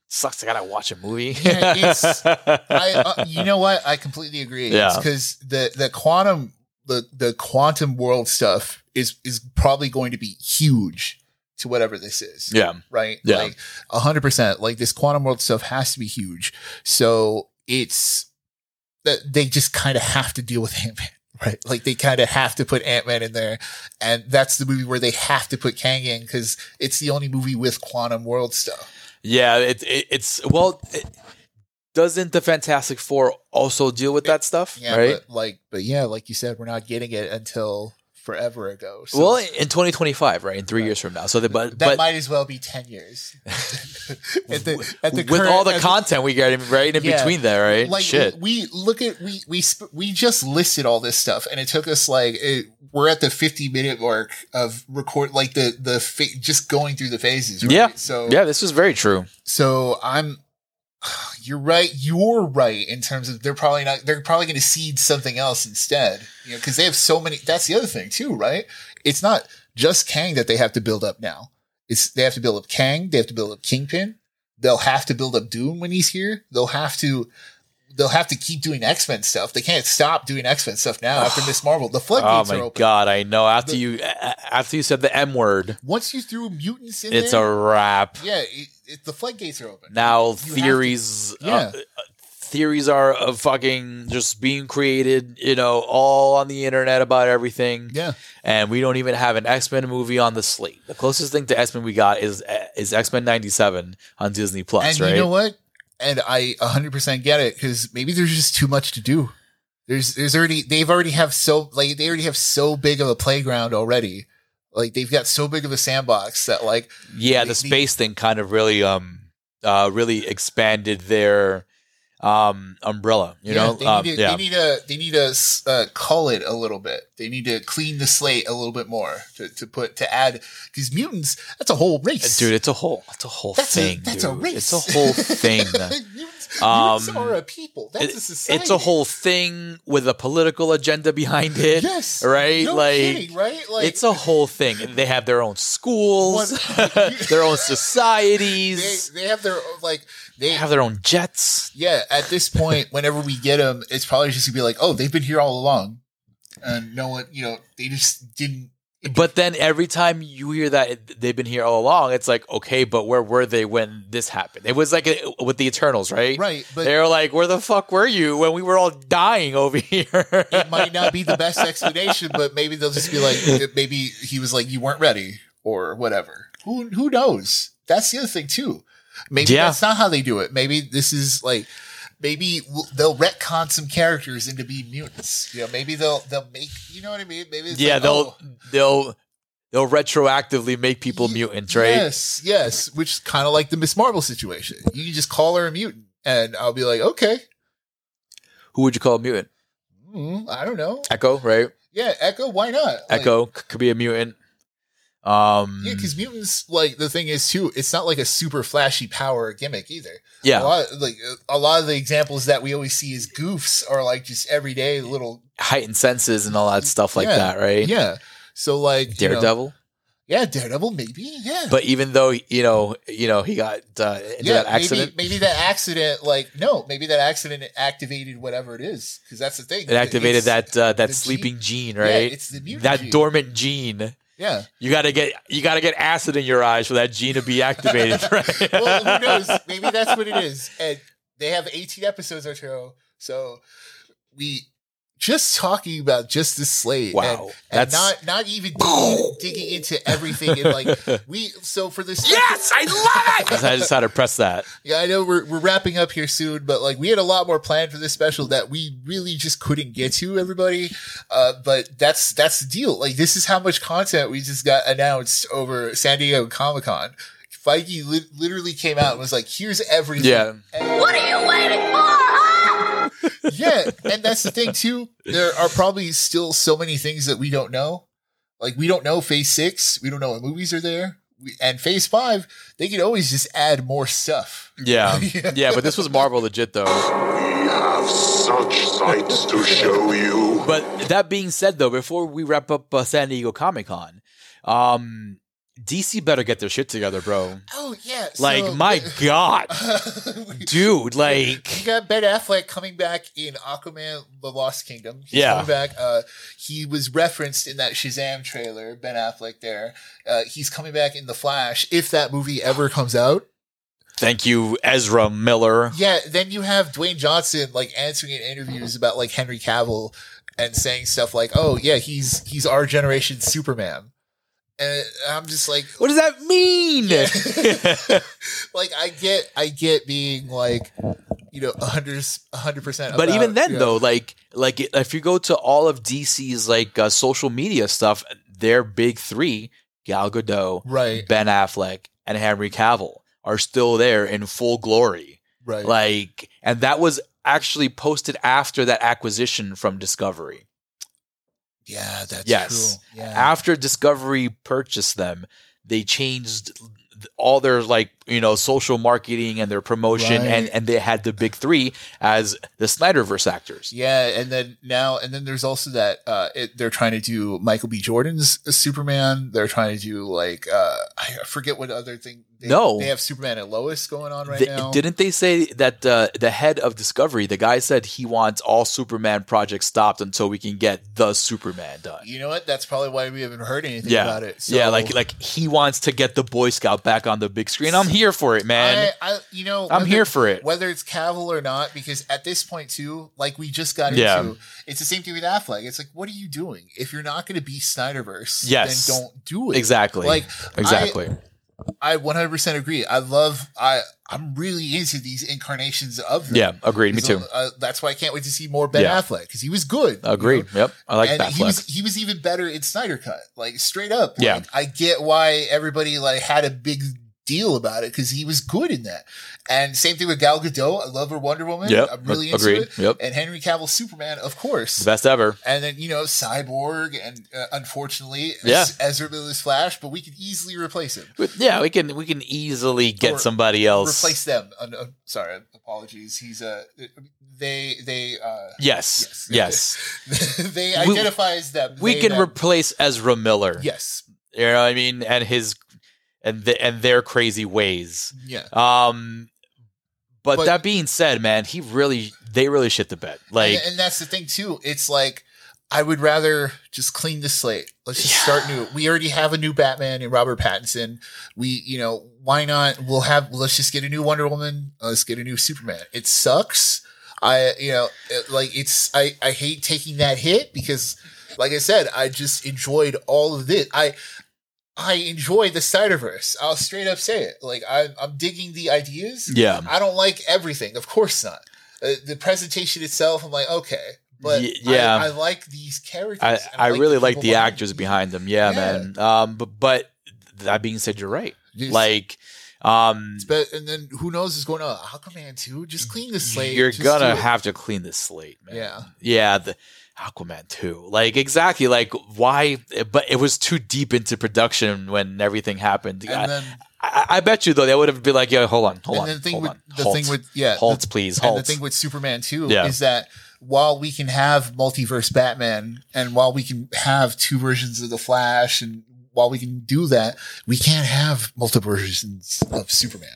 sucks. I gotta watch a movie. Yeah, it's- I, uh, you know what? I completely agree. Yeah. because the the quantum the the quantum world stuff is is probably going to be huge to whatever this is. yeah, Right. Yeah. Like hundred percent. Like this quantum world stuff has to be huge. So it's that they just kind of have to deal with Ant Man. Right. Like they kind of have to put Ant Man in there. And that's the movie where they have to put Kang in because it's the only movie with quantum world stuff. yeah. It, it, it's well. It, doesn't the Fantastic Four also deal with that stuff? Yeah. right. But like, but yeah, like you said, we're not getting it until forever ago. So well, in 2025, right, in three years from now. So, the, but that but might as well be 10 years. at the, at the with current- all the at the- content we get right in Yeah. between there, right? like Shit. we we look at we we sp- we just listed all this stuff and it took us like it, we're at the 50 minute mark of record like the the fa- just going through the phases right? Yeah. so yeah, this is very true. so i'm you're right you're right in terms of they're probably not they're probably going to seed something else instead you know because they have so many that's the other thing too right it's not just kang that they have to build up now it's they have to build up kang they have to build up kingpin they'll have to build up doom when he's here they'll have to they'll have to keep doing x-men stuff they can't stop doing x-men stuff now after miss marvel the Oh floodgates are my open god, I know. After The- you a- a- after you said the M word, once you threw mutants in it's a there, wrap. yeah it, it, the floodgates are open Now have to- theories, Yeah. uh, uh, theories are of fucking just being created, you know, all on the internet about everything, yeah and we don't even have an X Men movie on the slate. The closest thing to X Men we got is uh, is X Men '97 on Disney Plus, and right? you know what? And I 100% get it because maybe there's just too much to do. There's there's already they've already have so like they already have so big of a playground already. Like they've got so big of a sandbox that like yeah, the- the space thing kind of really, um, uh, really expanded their um umbrella. You yeah, know, they, um, need to, yeah. they need a they need to uh, call it a little bit. They need to clean the slate a little bit more to, to put to add because mutants that's a whole race, Dude, it's a whole, it's a whole That's a- thing. that's a dude. race. It's a whole thing. mutants, Um, mutants are a people. That's a society. It's a whole thing with a political agenda behind it. yes, right? No Like, kidding, right? Like it's a whole thing. They have their own schools, What- their own they, societies, they have their own, like they they have their own jets. yeah at this point whenever we get them it's probably just gonna be like oh they've been here all along and no one you know they just didn't But then every time you hear that it- they've been here all along, it's like, okay, but where were they when this happened? It was like uh, with the Eternals, right? right but They were like, where the fuck were you when we were all dying over here? it might not be the best explanation but maybe they'll just be like uh, maybe he was like you weren't ready or whatever who who knows that's the other thing too maybe Yeah. that's not how they do it maybe this is like Maybe w- they'll retcon some characters into be mutants. You know, maybe they'll they'll make you know what I mean. Maybe it's yeah, like, oh, they'll they'll they'll retroactively make people Ye- mutants, right? Yes, yes, which is kind of like the Miss Marvel situation. You can just call her a mutant, and I'll be like, okay, Who would you call a mutant? mm, I don't know. Echo, right? Yeah, Echo, why not? Like, Echo c- could be a mutant. Um, Yeah, because mutants, like the thing is too, it's not like a super flashy power or gimmick either. yeah. a lot, like a lot of the examples that we always see as goofs are like just everyday little. heightened senses and all that stuff like Yeah. that, right? Yeah, so like you know- Daredevil, yeah, Daredevil, maybe. Yeah, but even though you know, you know, he got uh, into that accident. Maybe, maybe that accident, like no, maybe that accident activated whatever it is, because that's the thing. It activated It's- that uh, that the sleeping gene, Yeah, right? it's the mutant that gene. dormant gene. Yeah. You gotta get you gotta get acid in your eyes for that gene to be activated, right? Well, who knows? Maybe that's what it is. And they have 18 episodes or so. So we just talking about just this slate. Wow, And, and that's- not not even digging, digging into everything. And like we, so for this, yes, I love it. I just had to press that. yeah, I know we're we're wrapping up here soon, but like we had a lot more planned for this special that we really just couldn't get to everybody. Uh, but that's that's the deal. Like this is how much content we just got announced over San Diego Comic Con. Feige li- literally came out and was like, "Here's everything." Yeah. And- What are you waiting for, huh? yeah, and that's the thing too. There are probably still so many things that we don't know. Like we don't know Phase Six. We don't know what movies are there. We, and Phase Five, they could always just add more stuff. Yeah. Yeah, but this was Marvel legit though. We have such sights to show you. But that being said though, before we wrap up uh, San Diego Comic Con, um DC better get their shit together, bro. Oh yeah, so- Like my god. We- Dude, like We got Ben Affleck coming back in Aquaman: The Lost Kingdom. He's Yeah. coming back. Uh, he was referenced in that Shazam trailer. Ben Affleck there. Uh, he's coming back in The Flash if that movie ever comes out. Thank you, Ezra Miller. Yeah. Then you have Dwayne Johnson like answering in interviews about like Henry Cavill and saying stuff like, "Oh yeah, he's he's our generation's Superman." And I'm just like, What does that mean? like I get, I get being like, you know, hundred, hundred percent. but even then though. though, like like if you go to all of DC's like uh, social media stuff, their big 3, Gal Gadot, Right, Ben Affleck, and Henry Cavill are still there in full glory. right. Like and that was actually posted after that acquisition from Discovery. yeah, that's Yes. true. Yeah. after discovery purchased them they changed all their like you know social marketing and their promotion Right. and and they had the big three as the snyderverse actors yeah, and then now and then there's also that uh it, they're trying to do Michael B. Jordan's uh, Superman. They're trying to do like uh I forget what other thing. They, No. they have Superman and Lois going on right They- now. didn't they say that uh, the head of discovery the guy said he wants all superman projects stopped until we can get the superman done you know what? That's probably why we haven't heard anything yeah about it. So yeah like like he wants to get the boy scout back on the big screen i'm here for it man I, I you know I, am whether- here for it Whether it's Cavill or not, because at this point too, like we just got Yeah. into, it's the same thing with Affleck. It's like, what are you doing? If you're not going to be Snyderverse, Yes. then don't do it. exactly Like exactly I 100% agree. I love I I'm really into these incarnations of them. yeah agreed me too So, uh, that's why I can't wait to see more Ben Yeah. Affleck because he was good. you Agreed. know? Yep. I like and that he flex. was he was even better in Snyder Cut. Like straight up. Yeah. Like, I get why everybody like had a big deal about it because he was good in that. And same thing with Gal Gadot. I love her Wonder Woman. Yep. I'm really ag- into agreed. it. Yep. And Henry Cavill Superman, of course. Best ever. And then you know Cyborg and uh, unfortunately Yeah. Ezra Miller's Flash, but we could easily replace him. But yeah, we can we can easily get Or somebody else. replace them. Uh, no, sorry, apologies. He's uh, they they uh, Yes. Yes. they We- identify as them. we They, can them. replace Ezra Miller. yes, You know what I mean? And his and the, and their crazy ways. yeah. Um but, But- that being said, man, he really they really shit the bed. Like and, and that's the thing too. It's like I would rather just clean the slate. Let's just start new. We already have a new Batman and Robert Pattinson. We, you know, why not? We'll have. Let's just get a new Wonder Woman. Let's get a new Superman. It sucks. I, you know, it- like it's. I, I hate taking that hit because, like I said, I just enjoyed all of this. I. I enjoy the Snyderverse. I'll straight up say it. Like I'm, I'm digging the ideas. yeah. I don't like everything. Of course not. Uh, the presentation itself, I'm like, okay, but Y- yeah. I, I like these characters. I, and I really people like the behind actors them. behind them. Yeah, Yeah. man. Um but but that being said, you're right. Just- Like um but, and then who knows what's going on? Aquaman two, just clean the slate. you're Just gonna do it. have to clean this slate, man. yeah, Yeah, the Aquaman 2. Like exactly like why but it was too deep into production when everything happened. I, and then I, I bet you though they would have been like, yeah, hold on, hold and on. then the thing hold with on. the halt. thing with yeah, halt, the, please, and halt. the thing with Superman two Yeah. is that while we can have multiverse Batman and while we can have two versions of the Flash and while we can do that, we can't have multiple versions of Superman.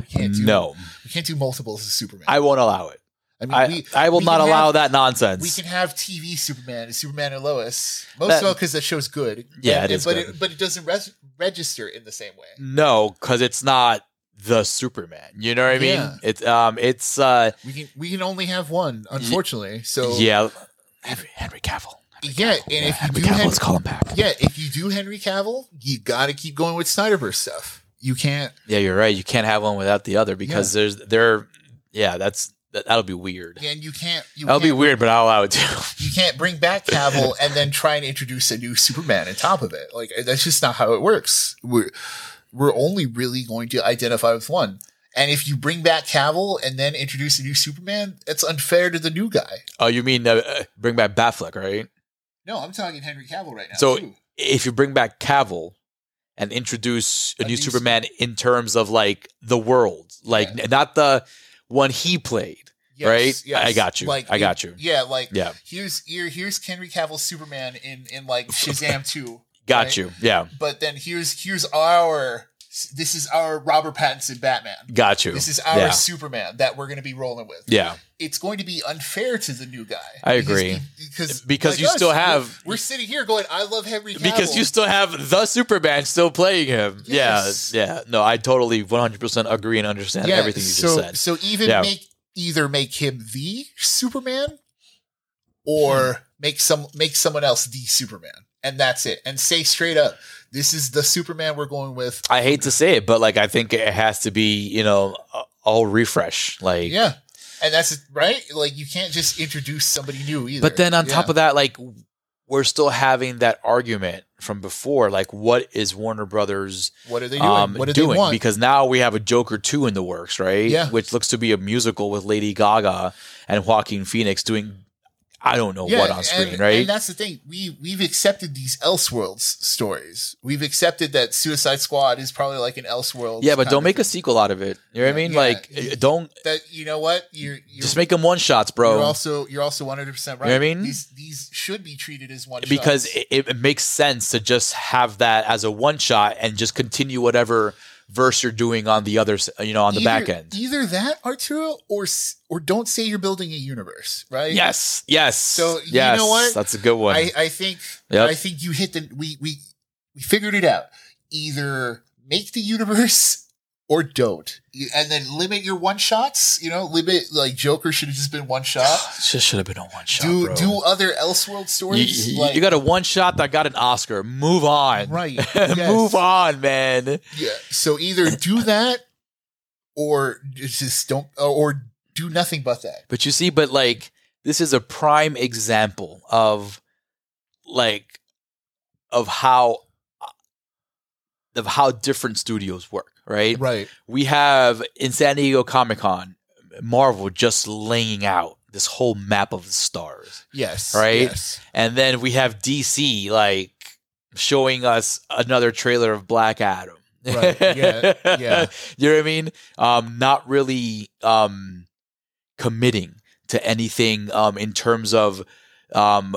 We can't do no. We can't do multiples of Superman. I won't allow it. I mean, I, we, I will we not can allow have- that nonsense. We can have TV Superman, Superman and Lois, most That- of all because that show's good. Yeah, And- it is But good. it, but it doesn't res- register in the same way. no, because it's not the Superman. You know what I mean? Yeah. It's um it's uh We can we can only have one, unfortunately. So yeah. Henry, Henry Cavill. yeah, and Yeah, if you Henry do Cavill, Hen- let's call him back. yeah, if you do Henry Cavill, you got to keep going with Snyderverse stuff. You can't. Yeah, you're right. You can't have one without the other because there's there. Yeah, that's that, that'll be weird. And you can't. You That'll can't, be weird, but I'll allow it too. You can't bring back Cavill and then try and introduce a new Superman on top of it. Like that's just not how it works. We're we're only really going to identify with one. And if you bring back Cavill and then introduce a new Superman, that's unfair to the new guy. Oh, you mean uh, uh, bring back Batfleck, right? No, I'm talking Henry Cavill right now. So- too. If you bring back Cavill and introduce a, A new, new Superman in terms of like the world, like Yeah. n- not the one he played. Right? I got you. I got you. Yeah, like Yeah, here's here, here's Henry Cavill Superman in in like Shazam two, got Right. you. Yeah, but then here's here's our this is our Robert Pattinson Batman. got you. This is our Yeah. Superman that we're going to be rolling with. yeah, It's going to be unfair to the new guy. I Because- agree. because Because like you still us, we're- have- we're, sitting here going, I love Henry Cavill because you still have the Superman still playing him. Yes. Yeah, yeah. No, I totally 100% agree and understand everything you so, just said. So even Yeah. make either make him the Superman or Hmm. make some make someone else the Superman. And that's it. And say straight up, this is the Superman we're going with. I hate to say it, but like I think it has to be, you know, a- all refresh. Like Yeah. And that's it, right. Like you can't just introduce somebody new either. But then on top of that, like we're still having that argument from before. Like, what is Warner Brothers what are they doing? um, what do doing? they want? Because now we have a Joker two in the works, right? Yeah. which looks to be a musical with Lady Gaga and Joaquin Phoenix doing I don't know what on screen, and, right? And that's the thing. We we've accepted these Elseworlds stories. We've accepted that Suicide Squad is probably like an Elseworld. yeah, but don't make a sequel out of it. You know what I mean? Yeah. Like, Yeah. don't that. You know what? You're, you're just make them one shots, bro. You're also you're also 100 percent right. You know what I mean? these these should be treated as one because shots. it, it makes sense to just have that as a one shot and just continue whatever verse you're doing on the other, s- you know, on the back Either- end. Either that, Arturo, or s- or don't say you're building a universe, right? Yes, yes. So, you yes, know what? That's a good one. I I think Yep. I think you hit the we we we figured it out. Either make the universe or don't, You- and then limit your one shots. You know, limit like Joker should have just been one shot. This should have been a one shot. uh, do bro. do other Elseworld you, stories. you- like, you got a one shot that got an Oscar. Move on. right. Move yes. on, man. Yeah. So either do that or just don't or do nothing but that. But you see, but like this is a prime example of like of how uh, of how different studios work, right? Right. We have in San Diego Comic Con, Marvel just laying out this whole map of the stars. Yes. Right? Yes. And then we have DC like showing us another trailer of Black Adam. Right. Yeah. Yeah. you know what I mean? Um, not really um committing to anything um in terms of um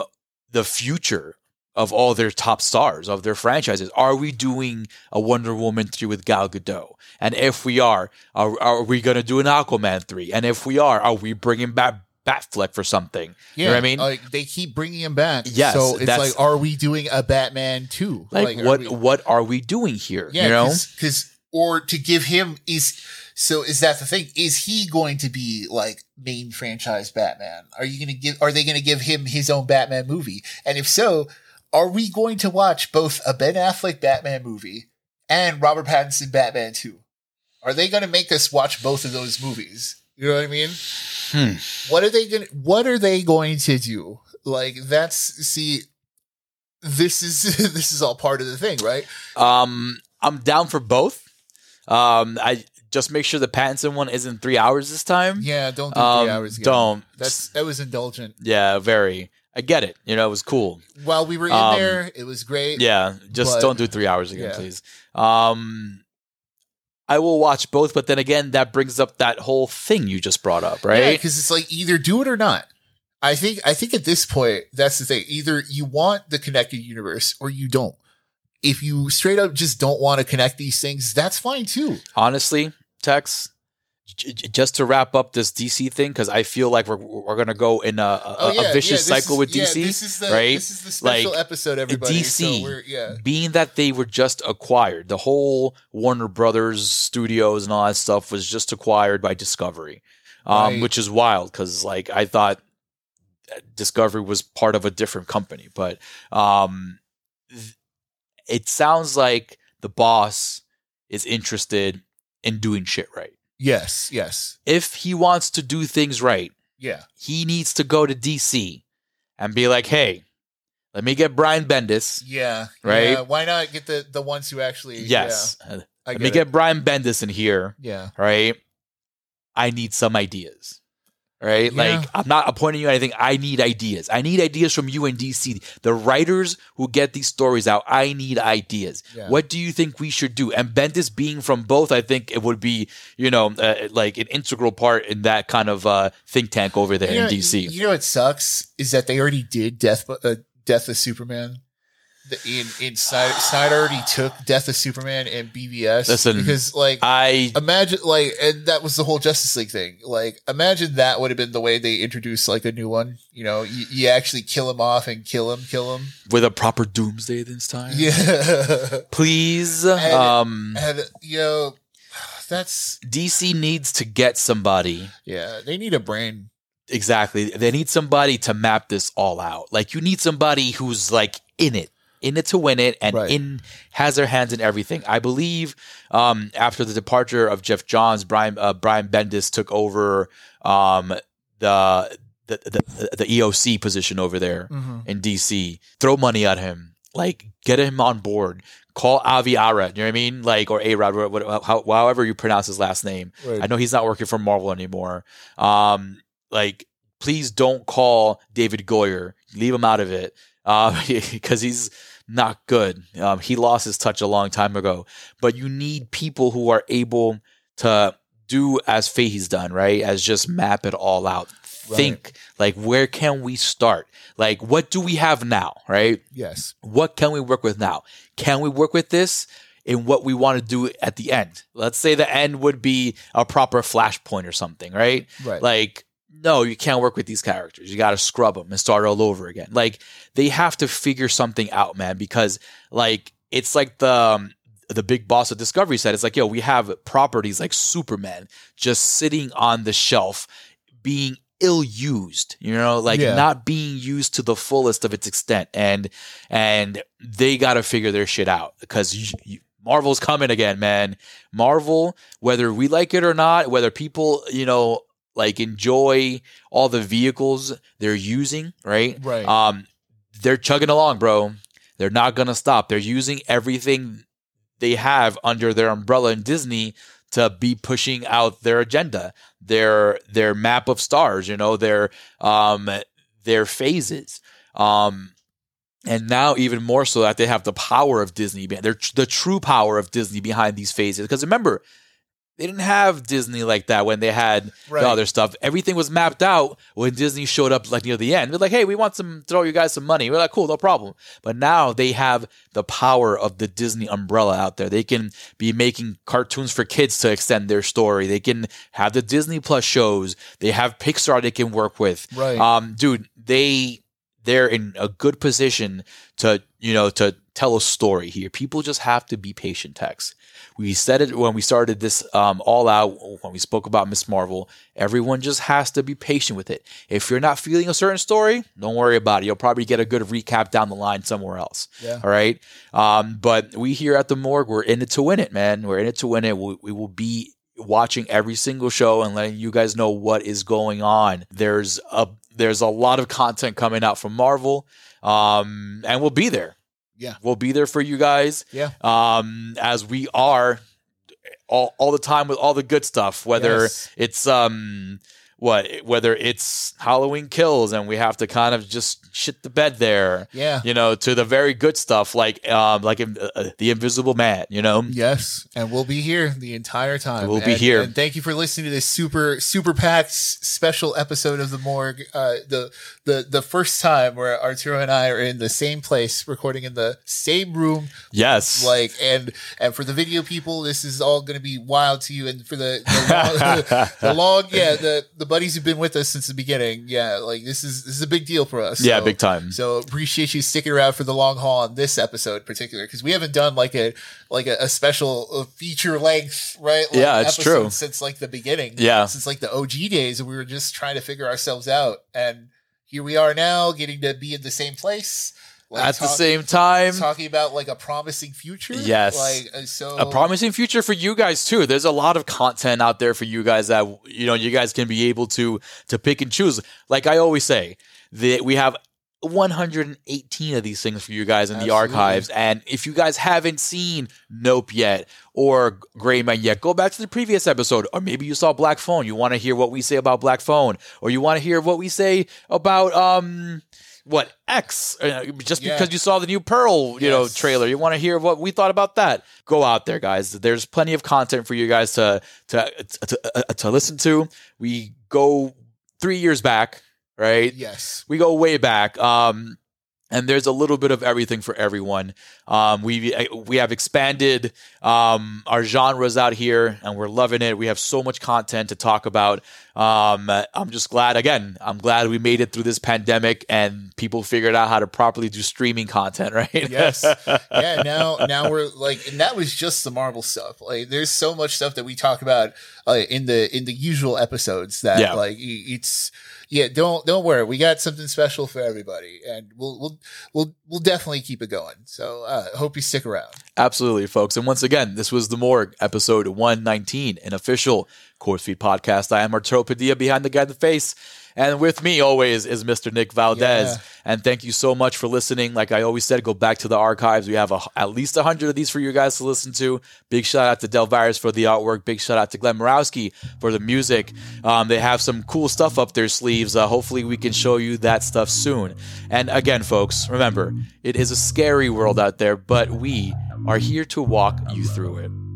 the future of all their top stars of their franchises. Are we doing a Wonder Woman 3 with Gal Gadot? And if we are, are, are we going to do an Aquaman 3? And if we are, are we bringing back Batfleck for something? Yeah. know what I mean? Like they keep bringing him back. Yes, So it's that's- like, are we doing a Batman too? like, are what we- what are we doing here yeah. you know Because or to give him is so is that the thing? Is he going to be like main franchise Batman? Are you going to give? Are they going to give him his own Batman movie? And if so, are we going to watch both a Ben Affleck Batman movie and Robert Pattinson Batman 2? Are they going to make us watch both of those movies? You know what I mean? Hmm. What are they going to what are they going to do? Like that's see this is this is all part of the thing, right? um i'm down for both um i just make sure the pattinson one isn't three hours this time Yeah, don't do um 3 hours again. don't That's that was indulgent. yeah very i get it you know it was cool While we were in Um, there, it was great. yeah just But- don't do three hours again yeah. please um i will watch both but then again that brings up that whole thing you just brought up right because it's like either do it or not. I think I think at this point that's the thing. Either you want the connected universe or you don't. If you straight up just don't want to connect these things, that's fine too. honestly, Tex, j- j- just to wrap up this DC thing, because I feel like we're, we're going to go in a, a, a vicious this cycle is- with Oh, yeah, DC. this is the right? this is the special Like, episode, everybody. DC. So we're, yeah, Being that they were just acquired, the whole Warner Brothers studios and all that stuff was just acquired by Discovery, um, Right. which is wild because like I thought uh, Discovery was part of a different company, but um, th- it sounds like the boss is interested in doing shit right. yes, yes, if he wants to do things right, yeah, he needs to go to DC and be like, hey, let me get Brian Bendis. yeah, Right? yeah. Why not get the the ones who actually? Yes. yeah, I let get me it. get Brian Bendis in here, yeah, right? I need some ideas. Right? Yeah. Like I'm not appointing you anything. I need ideas. I need ideas from you and DC. The writers who get these stories out, I need ideas. Yeah. What do you think we should do? And Bendis being from both, I think it would be, you know, uh, like an integral part in that kind of uh, think tank over there You know, in DC. You know what sucks is that they already did Death uh, Death of Superman. The, in in Snyder, Snyder already took Death of Superman and BVS Listen, because like I imagine like and that was the whole Justice League thing. Like imagine that would have been the way they introduced like a new one. You know, you, you actually kill him off and kill him, kill him. with a proper doomsday this time. Yeah, Please. And- um and you know that's DC needs to get somebody. yeah. They need a brain. Exactly. They need somebody to map this all out. Like you need somebody who's like in it, in it to win it, and Right. in has their hands in everything. I believe um, after the departure of Jeff Johns, Brian uh, Brian Bendis took over um, the, the the the EOC position over there Mm-hmm. in DC. Throw money at him. Like get him on board. Call Avi Arad. You know what I mean? Like or A Rod, however you pronounce his last name. I know he's not working for Marvel anymore. Um, like, please don't call David Goyer. Leave him out of it because he's not good. Um, he lost his touch a long time ago. But you need people who are able to do as Fahey's done, right? As just map it all out. Right. Think like where can we start? Like what do we have now, right? yes. what can we work with now? Can we work with this in what we want to do at the end? Let's say the end would be a proper flashpoint or something, right? Right. Like, no, you can't work with these characters. You got to scrub them and start all over again. Like, they have to figure something out, man, because like it's like the um, the big boss of Discovery said, it's like, yo, we have properties like Superman just sitting on the shelf, being ill used, you know, like Yeah. not being used to the fullest of its extent, and and they got to figure their shit out because you, you, Marvel's coming again, man. Marvel, whether we like it or not, whether people, you know, like enjoy all the vehicles they're using, right? right. Um, they're chugging along, bro. They're not gonna stop. They're using everything they have under their umbrella in Disney to be pushing out their agenda, their their map of stars, you know, their um their phases. Um and now even more so that they have the power of Disney, be- their the true power of Disney behind these phases. Because remember, they didn't have Disney like that when they had right. the other stuff. Everything was mapped out when Disney showed up like near the end. They're like, hey, we want some throw you guys some money. We're like, cool, no problem. But now they have the power of the Disney umbrella out there. They can be making cartoons for kids to extend their story. They can have the Disney Plus shows. They have Pixar they can work with. right. Um, dude, they they're in a good position to you know to tell a story here. People just have to be patient. Tex, we said it when we started this um, all out when we spoke about Miss Marvel. Everyone just has to be patient with it. If you're not feeling a certain story, don't worry about it. You'll probably get a good recap down the line somewhere else. yeah. All right. Um, but we here at the morgue, we're in it to win it, man. We're in it to win it. We, we will be watching every single show and letting you guys know what is going on. There's a there's a lot of content coming out from Marvel, um, and we'll be there. Yeah. we'll be there for you guys. Yeah. um, as we are all all the time with all the good stuff, whether Yes. it's um what whether it's Halloween kills and we have to kind of just shit the bed there Yeah. you know, to the very good stuff like um, like in, uh, uh, the Invisible Man. You know, Yes, and we'll be here the entire time. We'll be And- here. And thank you for listening to this super super packed s- special episode of the morgue. Uh, the the the first time where Arturo and I are in the same place, recording in the same room. yes, Like and and for the video people, this is all going to be wild to you. And for the the long, the, long yeah the the buddies who've been with us since the beginning, yeah, like this is this is a big deal for us. yeah, So- big time. so appreciate you sticking around for the long haul on this episode in particular because we haven't done like a like a, a special uh, feature length right like, Yeah, it's episode true. since like the beginning Yeah. since like the OG days and we were just trying to figure ourselves out and here we are now getting to be in the same place like, At the talk- same time, talking about like a promising future Yes. like uh, so a promising future for you guys too. There's a lot of content out there for you guys that you know you guys can be able to to pick and choose. Like I always say, that we have 118 of these things for you guys in the Absolutely. archives. And if you guys haven't seen Nope yet or Gray Man yet, go back to the previous episode. Or maybe you saw Black Phone. You want to hear what we say about Black Phone, or you want to hear what we say about um what X. Uh, Just Yeah. because you saw the new Pearl, you know, Yes. trailer, you want to hear what we thought about that. Go out there, guys. There's plenty of content for you guys to to to, uh, to listen to. We go three years back, right? Yes. we go way back. Um, and there's a little bit of everything for everyone. Um, we we have expanded um, our genres out here, and we're loving it. We have so much content to talk about. Um, I'm just glad. Again, I'm glad we made it through this pandemic, and people figured out how to properly do streaming content. Right? Yes. Yeah, now now we're like and that was just the Marvel stuff. Like there's so much stuff that we talk about uh, in the in the usual episodes that Yeah. like y- it's yeah, don't don't worry. We got something special for everybody and we'll we'll we'll we'll definitely keep it going. So uh hope you stick around. Absolutely, folks. And once again, this was The Morgue, episode 119, an official Course Feed podcast. I am Arturo Padilla behind the guy in the face. And with me always is Mr. Nick Valdez. Yeah. And thank you so much for listening. Like I always said, go back to the archives. We have a, at least 100 of these for you guys to listen to. Big shout out to Del Virus for the artwork. Big shout out to Glenn Morawski for the music. Um, they have some cool stuff up their sleeves. Uh, hopefully, we can show you that stuff soon. And again, folks, remember, it is a scary world out there, but we are here to walk you through it.